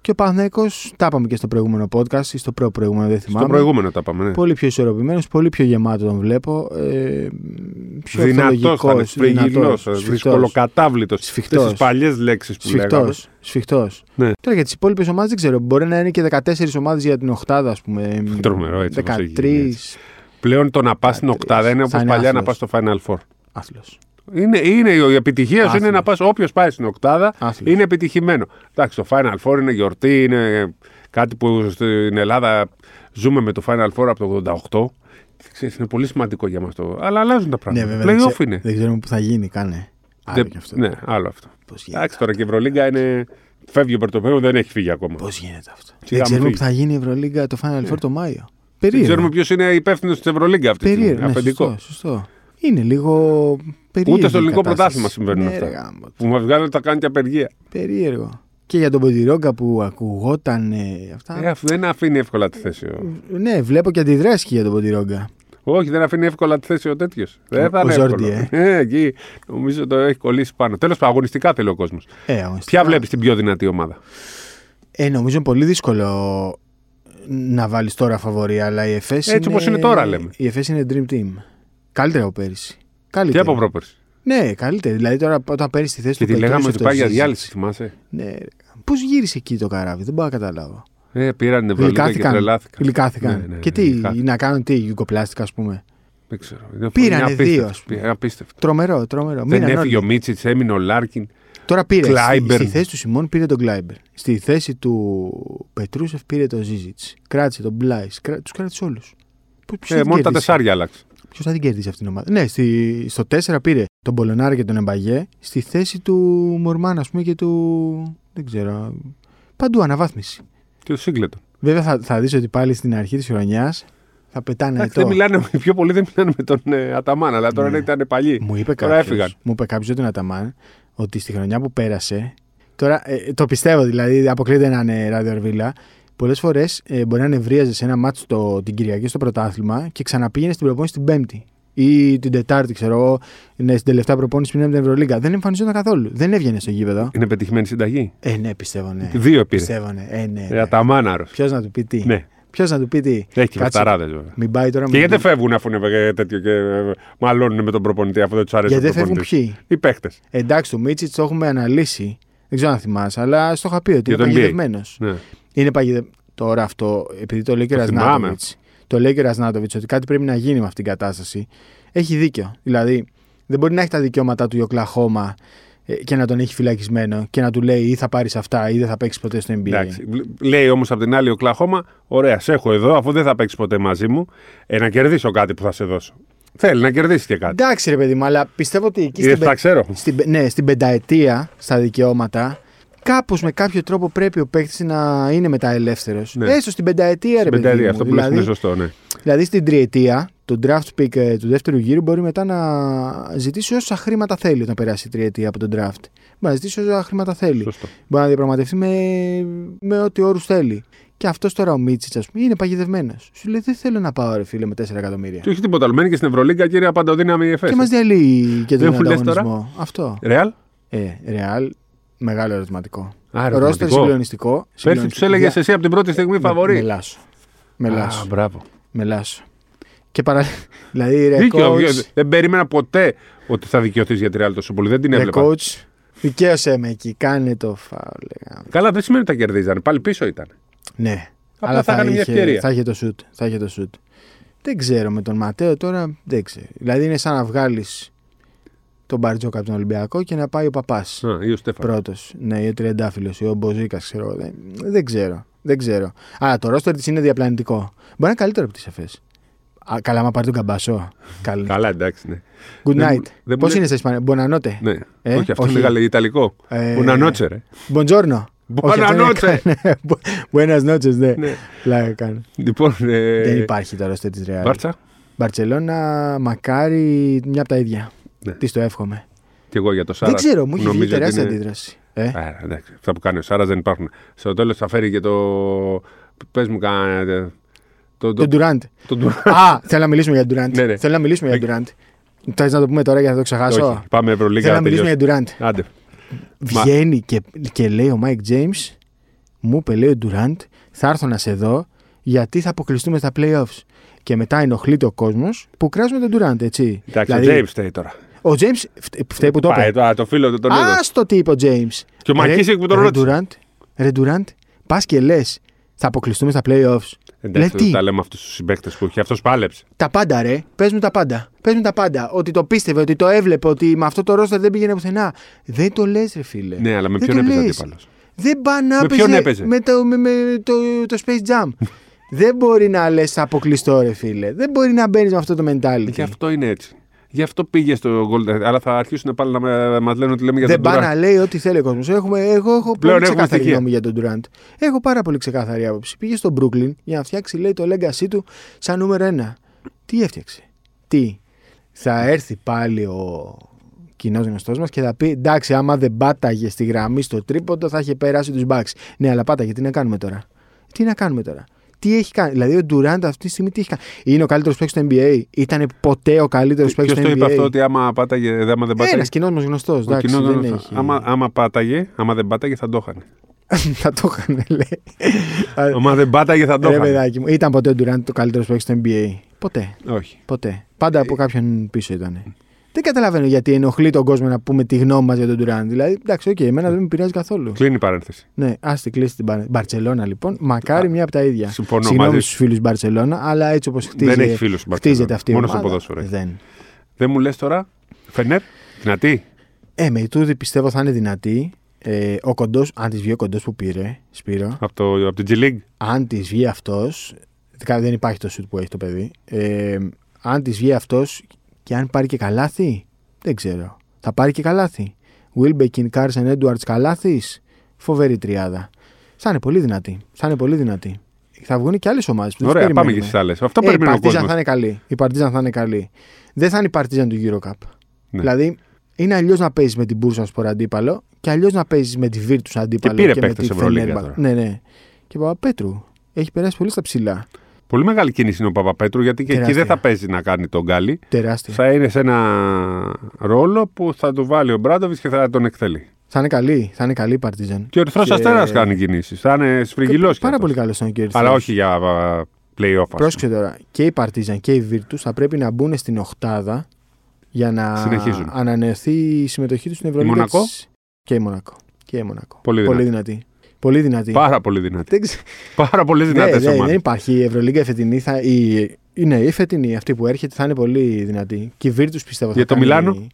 Speaker 1: Και ο Παναθυναϊκό, τα είπαμε και στο προηγούμενο podcast ή στο προ-προηγούμενο, δεν θυμάμαι.
Speaker 2: Στο προηγούμενο τα πάμε. Ναι.
Speaker 1: Πολύ πιο ισορροπημένος, πολύ πιο γεμάτο τον βλέπω. Ε, πιο
Speaker 2: Δυνατός,
Speaker 1: ορθολογικός,
Speaker 2: φρυγγυλό,
Speaker 1: δυνατός, σφιχτός.
Speaker 2: δυσκολοκατάβλητος.
Speaker 1: Σφιχτός.
Speaker 2: Στι παλιές λέξεις που λέγαμε.
Speaker 1: Σφιχτός. Σφιχτό.
Speaker 2: Ναι.
Speaker 1: Τώρα για τις υπόλοιπες ομάδες δεν ξέρω. Μπορεί να είναι και 14 ομάδες για την Οχτάδα, ας πούμε.
Speaker 2: Τρομερό, έτσι, όπως έχει γίνει,
Speaker 1: 13.
Speaker 2: Πλέον το να πας στην
Speaker 1: Πατρίς.
Speaker 2: οκτάδα είναι
Speaker 1: Ε, Θα
Speaker 2: όπως
Speaker 1: είναι
Speaker 2: παλιά να
Speaker 1: άθλος.
Speaker 2: πας στο Final Four.
Speaker 1: Άθλος.
Speaker 2: Είναι, είναι η επιτυχία σου
Speaker 1: Άθλημα.
Speaker 2: είναι να πας όποιος πάει στην οκτάδα
Speaker 1: Άθλημα.
Speaker 2: είναι επιτυχημένο. Εντάξει, το Final Four είναι γιορτή, είναι κάτι που στην Ελλάδα ζούμε με το Final Four από το 88. Ξέρεις, είναι πολύ σημαντικό για μας το. Αλλά αλλάζουν τα
Speaker 1: Ναι,
Speaker 2: πράγματα.
Speaker 1: βέβαια. δεν,
Speaker 2: Playoff
Speaker 1: ξέ-
Speaker 2: είναι.
Speaker 1: δεν ξέρουμε που θα γίνει καν. Άλλο
Speaker 2: Δεν-
Speaker 1: κι αυτό.
Speaker 2: Ναι, άλλο αυτό.
Speaker 1: Πώς γίνεται.
Speaker 2: Εντάξει, τώρα και η Ευρωλίγκα είναι. Φεύγει ο Πορτοπέδο, δεν έχει φύγει ακόμα.
Speaker 1: Πώς γίνεται αυτό.
Speaker 2: Σιγά
Speaker 1: Δεν
Speaker 2: μου
Speaker 1: ξέρουμε
Speaker 2: φύγει. Ναι.
Speaker 1: που θα γίνει η Ευρωλίγκα το Final Four το Μάιο.
Speaker 2: Δεν
Speaker 1: Περίεργο.
Speaker 2: ξέρουμε ποιος είναι υπεύθυνος της Ευρωλίγκα αυτή τη στιγμή.
Speaker 1: Περίεργο. Ναι,
Speaker 2: Αφεντικό.
Speaker 1: σωστό, σωστό. Είναι λίγο περίεργο.
Speaker 2: Ούτε στο ελληνικό πρωτάθλημα συμβαίνουν αυτά. Που μα βγάλουν τα κάνει και απεργία.
Speaker 1: Ναι, Περίεργο. Και για τον Ποντιρόγκα που ακουγόταν ε, αυτά.
Speaker 2: Ε, αφ- δεν αφήνει εύκολα τη θέση. ο-
Speaker 1: Ναι, βλέπω και αντιδράσεις και για τον Ποντιρόγκα.
Speaker 2: Όχι, δεν αφήνει εύκολα τη θέση ο τέτοιος. Δεν θα
Speaker 1: ο
Speaker 2: είναι
Speaker 1: Ζόρντι,
Speaker 2: εύκολο. Ε, εκεί νομίζω το έχει κολλήσει πάνω. Τέλος πάντων, αγωνιστικά θέλει ο κόσμος.
Speaker 1: Ε, αγωνιστικά.
Speaker 2: Ποια βλέπεις την πιο δυνατή ομάδα.
Speaker 1: Ε, νομίζω είναι πολύ δύσκολο να βάλεις τώρα φαβορή, αλλά η ΕΦΕΣ.
Speaker 2: Έτσι όπως είναι τώρα, λέμε.
Speaker 1: Η ΕΦΕΣ είναι dream team. Καλύτερα από πέρυσι.
Speaker 2: Και
Speaker 1: Καλύτερα.
Speaker 2: από πρόπερση.
Speaker 1: Ναι, καλύτερα. Δηλαδή τώρα όταν παίρνεις τη θέση
Speaker 2: Και
Speaker 1: του.
Speaker 2: τη λέγαμε ότι
Speaker 1: Πετρούσου,
Speaker 2: πάει
Speaker 1: το
Speaker 2: για
Speaker 1: ζύζεις.
Speaker 2: διάλυση, θυμάσαι.
Speaker 1: Ναι. Πώς γύρισε εκεί το καράβι, δεν μπορώ να καταλάβω.
Speaker 2: Ε, πήραν την Ευρωλίγα και
Speaker 1: Γλυκάθηκαν.
Speaker 2: τρελάθηκαν.
Speaker 1: Γλυκάθηκαν.
Speaker 2: Ναι, ναι, ναι,
Speaker 1: και τι,
Speaker 2: γλυκάθηκαν.
Speaker 1: να κάνουν τι, γιουγκοπλάστικα, ας πούμε.
Speaker 2: Δεν ξέρω. Είναι
Speaker 1: Πήρανε
Speaker 2: μια απίστευτη-
Speaker 1: δύο, ας πούμε.
Speaker 2: πήρα- Απίστευτο.
Speaker 1: Τρομερό, τρομερό.
Speaker 2: Δεν
Speaker 1: Μείναν
Speaker 2: έφυγε ο
Speaker 1: όλοι.
Speaker 2: Μίτσιτ, έμεινε ο Λάρκιν. Ε,
Speaker 1: Τώρα πήρε. Στη,
Speaker 2: Κλάιμπερν.
Speaker 1: στη θέση του Σιμών πήρε τον Κλάιμπερ. Στη θέση του Πετρούσεφ πήρε τον Ζίζιτ. Κράτησε τον Μπλάις. Κρά... Τους κράτησε όλους.
Speaker 2: Ε, μόνο τα τεσσάρια άλλαξε.
Speaker 1: Ποιος θα την κερδίσει αυτήν την ομάδα. Ναι, στη, στο 4 πήρε τον Πολωνάρη και τον Εμπαγέ. Στη θέση του Μορμάν, ας πούμε, και του. Δεν ξέρω. Παντού αναβάθμιση.
Speaker 2: Και ο Σίγκλετον.
Speaker 1: Βέβαια θα, θα δεις ότι πάλι στην αρχή της χρονιάς θα πετάνε
Speaker 2: Εντάξει,
Speaker 1: Ναι, το.
Speaker 2: δεν μιλάνε, οι πιο πολλοί δεν μιλάνε με τον ε, Αταμάν, αλλά τώρα ναι. ήταν παλιοί.
Speaker 1: Μου είπε
Speaker 2: Τώρα
Speaker 1: κάποιος.
Speaker 2: έφυγαν.
Speaker 1: Μου είπε κάποιος ότι Αταμάν ότι στη χρονιά που πέρασε. Τώρα ε, το πιστεύω δηλαδή, αποκλείται να είναι ράδιο Αρβίλα. Πολλές φορές ε, μπορεί να νευρίαζε σε ένα μάτσο το, την Κυριακή στο πρωτάθλημα και ξαναπήγαινε στην προπόνηση την Πέμπτη ή την Τετάρτη, ξέρω εγώ, ναι, στην τελευταία προπόνηση πριν από την Ευρωλίγκα. Δεν εμφανιζόταν καθόλου. Δεν έβγαινε στο γήπεδο.
Speaker 2: Είναι πετυχημένη συνταγή.
Speaker 1: Ε, ναι, πιστεύω, ναι.
Speaker 2: Δύο πήρε.
Speaker 1: Πιστεύω, ναι. Ε, ναι,
Speaker 2: Ε,
Speaker 1: ναι.
Speaker 2: Αταμάναρος.
Speaker 1: Ποιος να του πει τι.
Speaker 2: Ναι.
Speaker 1: Ποιος να του πει τι.
Speaker 2: Έχει και
Speaker 1: Κάτσε,
Speaker 2: παιχταράδε βέβαια.
Speaker 1: Μην πάει τώρα
Speaker 2: Και
Speaker 1: με-
Speaker 2: γιατί δεν φεύγουν αφού είναι ε, τέτοιο και ε, μαλώνουν με τον προπονητή αφού δεν τους αρέσει
Speaker 1: Γιατί
Speaker 2: ο
Speaker 1: δεν φεύγουν
Speaker 2: προπονητής.
Speaker 1: ποιοι.
Speaker 2: Οι παίχτε.
Speaker 1: Εντάξει, το Μίτσιτ το έχουμε αναλύσει. Δεν ξέρω αν θυμάσαι, αλλά στο είχα πει ότι
Speaker 2: Για
Speaker 1: είναι
Speaker 2: το NBA.
Speaker 1: παγιδευμένος.
Speaker 2: Ναι.
Speaker 1: Είναι παγιδευμένο. Τώρα αυτό, επειδή το λέει και ο
Speaker 2: Το θυμάμαι.
Speaker 1: Ρασνάτοβιτ. Το λέει και ο Ρασνάτοβιτ ότι κάτι πρέπει να γίνει με αυτήν την κατάσταση. Έχει δίκιο. Δηλαδή, δεν μπορεί να έχει τα δικαιώματά του η Οκλαχώμα ε, και να τον έχει φυλακισμένο και να του λέει ή θα πάρεις αυτά ή δεν θα παίξεις ποτέ στο NBA.
Speaker 2: Εντάξει. Λ- Λέει όμως απ' την άλλη ο Κλαχώμα, ωραία, σε έχω εδώ αφού δεν θα παίξεις ποτέ μαζί μου, ε, να κερδίσω κάτι που θα σε δώσω. Θέλει να κερδίσει και κάτι.
Speaker 1: Εντάξει, ρε παιδί μου, αλλά πιστεύω ότι εκεί
Speaker 2: Ε,
Speaker 1: στην,
Speaker 2: τα ξέρω.
Speaker 1: στην, πε- ναι, στην πενταετία στα δικαιώματα, κάπως με κάποιο τρόπο πρέπει ο παίκτης να είναι μετά ελεύθερος.
Speaker 2: Ναι.
Speaker 1: Έστω στην πενταετία, ρε παιδί
Speaker 2: Πενταετία,
Speaker 1: μου.
Speaker 2: αυτό που λες
Speaker 1: δηλαδή,
Speaker 2: είναι σωστό, ναι.
Speaker 1: δηλαδή στην τριετία, το draft pick ε, του δεύτερου γύρου μπορεί μετά να ζητήσει όσα χρήματα θέλει όταν περάσει η τριετία από τον draft. Μπορεί να ζητήσει όσα χρήματα θέλει.
Speaker 2: Σωστό.
Speaker 1: Μπορεί να διαπραγματευτεί με, με ό,τι όρους θέλει. Και αυτός τώρα ο Μίτσιτ, ας πούμε, είναι παγιδευμένος. Σου λέει: Δεν θέλω να πάω, ρε φίλε, με 4 εκατομμύρια.
Speaker 2: Και όχι τίποτα άλλο. Μένει και στην Ευρωλίγκα, κύριε Παντοδύναμη, η
Speaker 1: Και μας
Speaker 2: Εφέση.
Speaker 1: διαλύει και
Speaker 2: Δεν
Speaker 1: τον
Speaker 2: μου λες
Speaker 1: ανταγωνισμό. Αυτό.
Speaker 2: Ρεάλ.
Speaker 1: Ε, ρεάλ, μεγάλο ερωτηματικό.
Speaker 2: Α,
Speaker 1: Ρόστερ
Speaker 2: ερωτηματικό.
Speaker 1: συγκλονιστικό.
Speaker 2: Πέρσι του έλεγε εσύ από την πρώτη
Speaker 1: Ε,
Speaker 2: στιγμή φαβορή.
Speaker 1: Μελάσο. Μελάσο.
Speaker 2: Α, μπράβο.
Speaker 1: Μελάσο. Και παρα... δηλαδή ρε
Speaker 2: Δίκιο. ε,
Speaker 1: coach,
Speaker 2: Δεν περίμενα ποτέ ότι θα δικαιωθείς για τη Ρεάλ τόσο πολύ. Δεν την
Speaker 1: ρε
Speaker 2: έβλεπα.
Speaker 1: coach, δικαίωσέ με εκεί, κάνε το φάουλ. λέγαμε.
Speaker 2: Καλά, δεν σημαίνει ότι τα κερδίζανε. Πάλι πίσω ήταν.
Speaker 1: Ναι,
Speaker 2: Απλά θα έκανε μια ευκαιρία.
Speaker 1: θα είχε το σουτ, θα είχε το σουτ. Δεν ξέρω με τον Ματέο τώρα, δεν ξέρω. Δηλαδή είναι σαν να βγάλεις τον Μπαρτζόκα από τον Ολυμπιακό και να πάει ο Παπάς.
Speaker 2: Α, ή ο Στέφαν.
Speaker 1: Πρώτος. Ναι, ή ο Τριαντάφυλλος ή ο Μποζίκας, ξέρω εγώ. Δεν, δεν ξέρω. Δεν ξέρω. Αλλά το ρόστερ της είναι διαπλανητικό. Μπορεί να είναι καλύτερο από τις εφές. Καλά, μα πάρει τον καμπάσο. Καλή.
Speaker 2: Καλά, εντάξει, ναι.
Speaker 1: Good
Speaker 2: Δεν μου-
Speaker 1: night.
Speaker 2: δεν μου
Speaker 1: Πώς
Speaker 2: λες-
Speaker 1: είναι στα Ισπανία, Μπονανότε.
Speaker 2: ναι.
Speaker 1: Ε,
Speaker 2: όχι, αυτό
Speaker 1: όχι.
Speaker 2: λέγανε Ιταλικό.
Speaker 1: Ε,
Speaker 2: Μπουνανότσε, ρε.
Speaker 1: Μποντζόρνο.
Speaker 2: Buonanotte.
Speaker 1: Buenas noches, ναι.
Speaker 2: Ναι.
Speaker 1: Πλάκα κάνω.
Speaker 2: Λοιπόν, ε,
Speaker 1: Δεν υπάρχει το ρόστερ της Ρεάλ.
Speaker 2: Μπάρτσα.
Speaker 1: Μπαρσελόνα, μακάρι μια από τα ίδια.
Speaker 2: Ναι.
Speaker 1: Τι το εύχομαι.
Speaker 2: Και εγώ για το Σάρας.
Speaker 1: Δεν ξέρω, μου έχει βγει
Speaker 2: νομίζω ότι
Speaker 1: τεράστια
Speaker 2: είναι-
Speaker 1: αντίδραση. Ε,
Speaker 2: Άρα, εντάξει, αυτά που κάνει ο Σάρας δεν υπάρχουν. Στο τέλος θα φέρει και το. Πες μου, κάνε. Το,
Speaker 1: Τον Ντουράντ.
Speaker 2: το- το-
Speaker 1: Α, θέλω να μιλήσουμε για τον Durant.
Speaker 2: Ναι, ναι.
Speaker 1: Θέλω να μιλήσουμε για τον Durant. Θες να το πούμε τώρα για να το ξεχάσω.
Speaker 2: Όχι, πάμε Ευρωλίγκα
Speaker 1: θέλω να
Speaker 2: να
Speaker 1: μιλήσουμε
Speaker 2: τελειώσει.
Speaker 1: για τον Durant.
Speaker 2: Άντε. Μα-
Speaker 1: Βγαίνει και, και λέει ο Mike James, μου είπε λέει ο Durant, θα έρθω να σε δω γιατί θα αποκλειστούμε στα playoffs. Και μετά ενοχλείται ο κόσμος που κράζουμε τον Durant, έτσι.
Speaker 2: Εντάξει, ο Τζέιμ φταίει τώρα.
Speaker 1: ο James φτε- φταίει Δηλαδή, που το
Speaker 2: Πάει,
Speaker 1: είπε.
Speaker 2: το, α, το φίλο του τον είδε.
Speaker 1: Α το τι είπε ο James.
Speaker 2: Και ο
Speaker 1: Ρε-
Speaker 2: Μακίσικ που τον
Speaker 1: ρε
Speaker 2: ρώτησε.
Speaker 1: Durant, ρε Durant, πας και λες, θα αποκλειστούμε στα playoffs.
Speaker 2: Εντάξει,
Speaker 1: Δηλαδή, τι?
Speaker 2: δεν τα λέμε αυτούς τους συμπαίκτες που είχε. Αυτός πάλεψε.
Speaker 1: Τα πάντα, ρε. Πες μου τα πάντα. Πες μου τα πάντα. Ότι το πίστευε, ότι το έβλεπε, ότι με αυτό το ρόστερ δεν πήγαινε πουθενά. Δεν το λες, ρε φίλε.
Speaker 2: Ναι, αλλά με
Speaker 1: Δεν
Speaker 2: ποιον
Speaker 1: το
Speaker 2: έπαιζε
Speaker 1: λες.
Speaker 2: αντίπαλος.
Speaker 1: Δεν πάει να
Speaker 2: Με ποιον έπαιζε?
Speaker 1: με το, με, με το, το Space Jam. δεν μπορεί να λες αποκλειστό, ρε φίλε. Δεν μπορεί να μπαίνεις με αυτό το mentality.
Speaker 2: Γι' αυτό είναι έτσι. Γι' αυτό πήγε στο Golden. Αλλά θα αρχίσουν πάλι να μα λένε ότι λέμε για
Speaker 1: Δεν
Speaker 2: τον
Speaker 1: πάει
Speaker 2: Τουράν.
Speaker 1: να λέει ό,τι θέλει ο κόσμος. Έχουμε, εγώ έχω
Speaker 2: Πλέον
Speaker 1: πολύ
Speaker 2: έχουμε
Speaker 1: ξεκάθαρη
Speaker 2: στοιχεία.
Speaker 1: γνώμη για τον Durant. Έχω πάρα πολύ ξεκάθαρη άποψη. Πήγε στο Brooklyn για να φτιάξει, λέει, το legacy του σαν νούμερο ένα. Τι έφτιαξε. Τι. Θα έρθει πάλι ο κοινός γνωστός μας και θα πει: Εντάξει, άμα δεν πάταγε στη γραμμή στο τρίποντο, θα είχε περάσει τους μπακς. Ναι, αλλά πάταγε. Τι να κάνουμε τώρα. Τι να κάνουμε τώρα. Τι έχει κάνει. Δηλαδή, ο Durant αυτή τη στιγμή τι έχει κάνει. Είναι ο καλύτερος παίκτης στο NBA. Ήταν ποτέ ο καλύτερος παίκτη
Speaker 2: Ποιο
Speaker 1: στο
Speaker 2: το είπε
Speaker 1: NBA.
Speaker 2: αυτό ότι άμα πάταγε. Άμα δεν πάταγε.
Speaker 1: Ένας κοινός μας γνωστός.
Speaker 2: Ο
Speaker 1: Ε, Εντάξει,
Speaker 2: κοινός
Speaker 1: δεν
Speaker 2: γνωστός.
Speaker 1: έχει.
Speaker 2: άμα, άμα πάταγε, άμα δεν πάταγε θα το είχαν.
Speaker 1: θα το είχαν, λέει. Α,
Speaker 2: Άμα δεν πάταγε Ε, θα το
Speaker 1: Ρε
Speaker 2: είχαν.
Speaker 1: παιδάκι μου, ήταν ποτέ ο Ντουράντ το καλύτερος παίκτης στο NBA. Ποτέ.
Speaker 2: Όχι.
Speaker 1: Ποτέ. Πάντα
Speaker 2: Ε.
Speaker 1: από κάποιον πίσω ήταν. Δεν καταλαβαίνω γιατί ενοχλεί τον κόσμο να πούμε τη γνώμη μας για τον Ντουράντ. Δηλαδή, εντάξει, οκ,
Speaker 2: Ε.
Speaker 1: εμένα δεν με πειράζει καθόλου.
Speaker 2: Κλείνει η παρένθεση.
Speaker 1: Ναι, ας την κλείσει την Μπαρ- Μπαρτσελώνα λοιπόν. Μακάρι μια από τα ίδια.
Speaker 2: συμφωνώ μαζί
Speaker 1: Συγγνώμη
Speaker 2: σου.
Speaker 1: στου φίλους Μπαρσελόνα, αλλά έτσι όπως χτίζεται.
Speaker 2: Δεν έχει φίλους η Μπαρτσελώνα.
Speaker 1: Χτίζεται αυτή η
Speaker 2: Μόνος στο
Speaker 1: ομάδα,
Speaker 2: ποδόσφαιρος έχει.
Speaker 1: Δεν.
Speaker 2: Δεν μου λες τώρα, Φενέρ, δυνατή.
Speaker 1: Ε, με η Τούδη πιστεύω θα είναι δυνατή. Ε, ο κοντός, αν της βγει ο κοντός που πήρε, Σπύρο.
Speaker 2: Από, το, από την G League.
Speaker 1: αν της βγει αυτός. Δεν υπάρχει το σουτ που έχει το παιδί. Ε, αν της βγει αυτός και αν πάρει και καλάθι, δεν ξέρω. Θα πάρει και καλάθι. Wilbekin, Carson, Edwards, καλάθις. Φοβερή τριάδα. Θα είναι πολύ δυνατή. Θα είναι πολύ δυνατή. Θα βγουν και άλλες ομάδες.
Speaker 2: Ωραία, πάμε και στις άλλες. Αυτό
Speaker 1: Ε, η
Speaker 2: περιμένει ο
Speaker 1: Παρτίζαν
Speaker 2: κόσμος.
Speaker 1: θα είναι καλή. Η Παρτίζαν θα είναι καλή. Δεν θα είναι η Παρτίζαν του Eurocup.
Speaker 2: Ναι.
Speaker 1: Δηλαδή, είναι αλλιώς να παίζεις με την Μπούρσα ω αντίπαλο και αλλιώς να παίζεις με τη Βίρτου αντίπαλο.
Speaker 2: πήρε
Speaker 1: με
Speaker 2: παίκτες
Speaker 1: τη
Speaker 2: Ευρωλίγκα
Speaker 1: Fenerbahce.
Speaker 2: τώρα.
Speaker 1: Ναι, ναι. Και Παπαπέτρου. Έχει περάσει πολύ στα ψηλά.
Speaker 2: Πολύ μεγάλη κίνηση είναι ο Παπαπέτρου γιατί και εκεί
Speaker 1: Τεράστια. Ε.
Speaker 2: δεν θα παίζει να κάνει τον Γκάλι.
Speaker 1: Τεράστια. Θα,
Speaker 2: Θα είναι σε ένα ρόλο που θα του βάλει ο Μπράντοβιτ και θα τον εκτελεί.
Speaker 1: είναι καλή. Θα είναι καλή η Παρτίζαν.
Speaker 2: Και ο Ερυθρός
Speaker 1: Και-
Speaker 2: Αστέρας κάνει κινήσεις. Θα είναι σφριγγυλός.
Speaker 1: Πάρα πολύ καλός ήταν και ο Ερυθρός.
Speaker 2: Αλλά όχι για α, playoff. ας
Speaker 1: Πρόσεξε τώρα. Και η Παρτίζαν και η Βίρτου θα πρέπει να μπουν στην Οχτάδα για να
Speaker 2: Συνεχίζουν.
Speaker 1: ανανεωθεί η συμμετοχή τους στην Ευρωλίγα.
Speaker 2: Μονακό?
Speaker 1: της- Και η Μονακό. Και η Μονακό.
Speaker 2: Πολύ
Speaker 1: πολύ δυνατή. Πολύ δυνατή.
Speaker 2: Πάρα πολύ δυνατή.
Speaker 1: Δεν ξέρω.
Speaker 2: Πάρα πολύ
Speaker 1: Ναι,
Speaker 2: δυνατές
Speaker 1: ναι, δεν
Speaker 2: ομάδε.
Speaker 1: υπάρχει. Η Ευρωλίγκα η φετινή θα. Η, η- ναι, η φετινή, αυτή που έρχεται, θα είναι πολύ δυνατή. Και η Virtus πιστεύω θα
Speaker 2: Για το
Speaker 1: κάνει-
Speaker 2: Μιλάνο?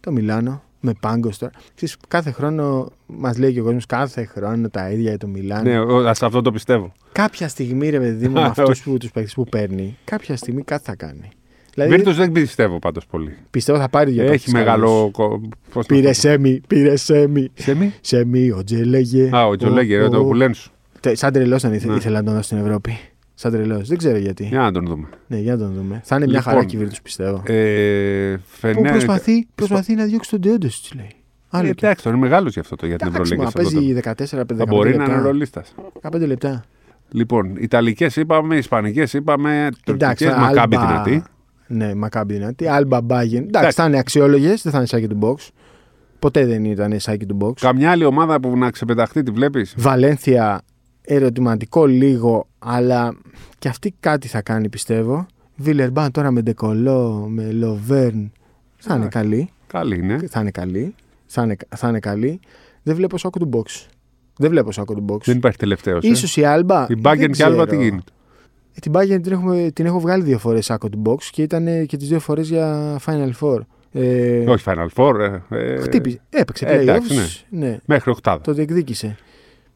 Speaker 1: Το Μιλάνο, με πάγκος τώρα. Ξέρεις, κάθε χρόνο μας λέει και ο κόσμος, κάθε χρόνο τα ίδια για το Μιλάνο.
Speaker 2: Ναι, ο- σε αυτό το πιστεύω.
Speaker 1: Κάποια στιγμή, ρε παιδί μου, με
Speaker 2: Α,
Speaker 1: αυτού που, τους παίκτες που παίρνει, κάποια στιγμή κάτι θα κάνει. Δηλαδή,
Speaker 2: Βίρτους δεν πιστεύω πάντως πολύ.
Speaker 1: πιστεύω θα πάρει δύο
Speaker 2: Έχει
Speaker 1: παίκτες καλούς.
Speaker 2: μεγάλο. κο- πώς να
Speaker 1: Πήρε
Speaker 2: το πω.
Speaker 1: σέμι, πήρε σέμι.
Speaker 2: Σέμι.
Speaker 1: Σέμι, ο Τζε λέγε.
Speaker 2: Α, ο Τζολέγκη, ρε, το
Speaker 1: ο-
Speaker 2: πουλέν σου.
Speaker 1: Τε- Σαν τρελός ήταν ήθε-
Speaker 2: Ναι.
Speaker 1: ήθελα να τον δω στην Ευρώπη. Σαν τρελός. Δεν ξέρω γιατί.
Speaker 2: Για να τον δούμε.
Speaker 1: Ναι, για να τον δούμε. Θα είναι μια
Speaker 2: Λοιπόν,
Speaker 1: χαρά κυβέρνηση, πιστεύω.
Speaker 2: Ε,
Speaker 1: που
Speaker 2: Φενέρ.
Speaker 1: προσπαθεί, προσπαθεί να διώξει τον τεόντο της, λέει.
Speaker 2: Ε,
Speaker 1: Άλλο και.
Speaker 2: Εντάξει, τώρα είναι μεγάλος για αυτό το για την
Speaker 1: Εντάξει, μα
Speaker 2: Ευρωλίγκα. σε αυτό το-
Speaker 1: παίζει 14-15
Speaker 2: Θα μπορεί να είναι
Speaker 1: λεπτά.
Speaker 2: ρολίστα.
Speaker 1: 15 λεπτά.
Speaker 2: Λοιπόν, Ιταλικές είπαμε, Ισπανικές είπαμε,
Speaker 1: Εντάξει,
Speaker 2: Τουρκικές, Μακάμπι
Speaker 1: Alba-
Speaker 2: δυνατή.
Speaker 1: Ναι, μακάμπι δυνατή. Άλμπα Μπάγεν.
Speaker 2: Εντάξει.
Speaker 1: Εντάξει, θα είναι αξιόλογες, δεν θα είναι σάκι του box. Ποτέ δεν ήταν σάκι του box.
Speaker 2: Καμιά άλλη ομάδα που να ξεπεταχτεί, τη βλέπεις.
Speaker 1: Βαλένθια, ερωτηματικό λίγο, αλλά και αυτή κάτι θα κάνει πιστεύω. Βίλερμπαν τώρα με Ντεκολό, με Λοβέρν. Θα είναι
Speaker 2: Εντάξει.
Speaker 1: καλή.
Speaker 2: Καλή είναι.
Speaker 1: Ε, θα είναι καλή. Θα είναι, θα είναι καλή. Δεν βλέπω σάκο του box. Δεν βλέπω σάκο του box.
Speaker 2: Δεν υπάρχει ε. τελευταίο.
Speaker 1: Ίσως η Άλμπα.
Speaker 2: Η Μπάγκεν
Speaker 1: δεν
Speaker 2: και Άλβα
Speaker 1: ξέρω.
Speaker 2: τι γίνεται.
Speaker 1: Ε, Την Μπάγκεν την, έχουμε, την έχω βγάλει δύο φορές σάκο του box και ήταν ε, και τις δύο φορές για Final Four. Ε,
Speaker 2: Όχι, Final Four. ε, ε,
Speaker 1: Χτύπησε. Έπαιξε
Speaker 2: ε,
Speaker 1: playoffs.
Speaker 2: εντάξει,
Speaker 1: ναι.
Speaker 2: Μέχρι οκτάδα.
Speaker 1: Το διεκδίκησε.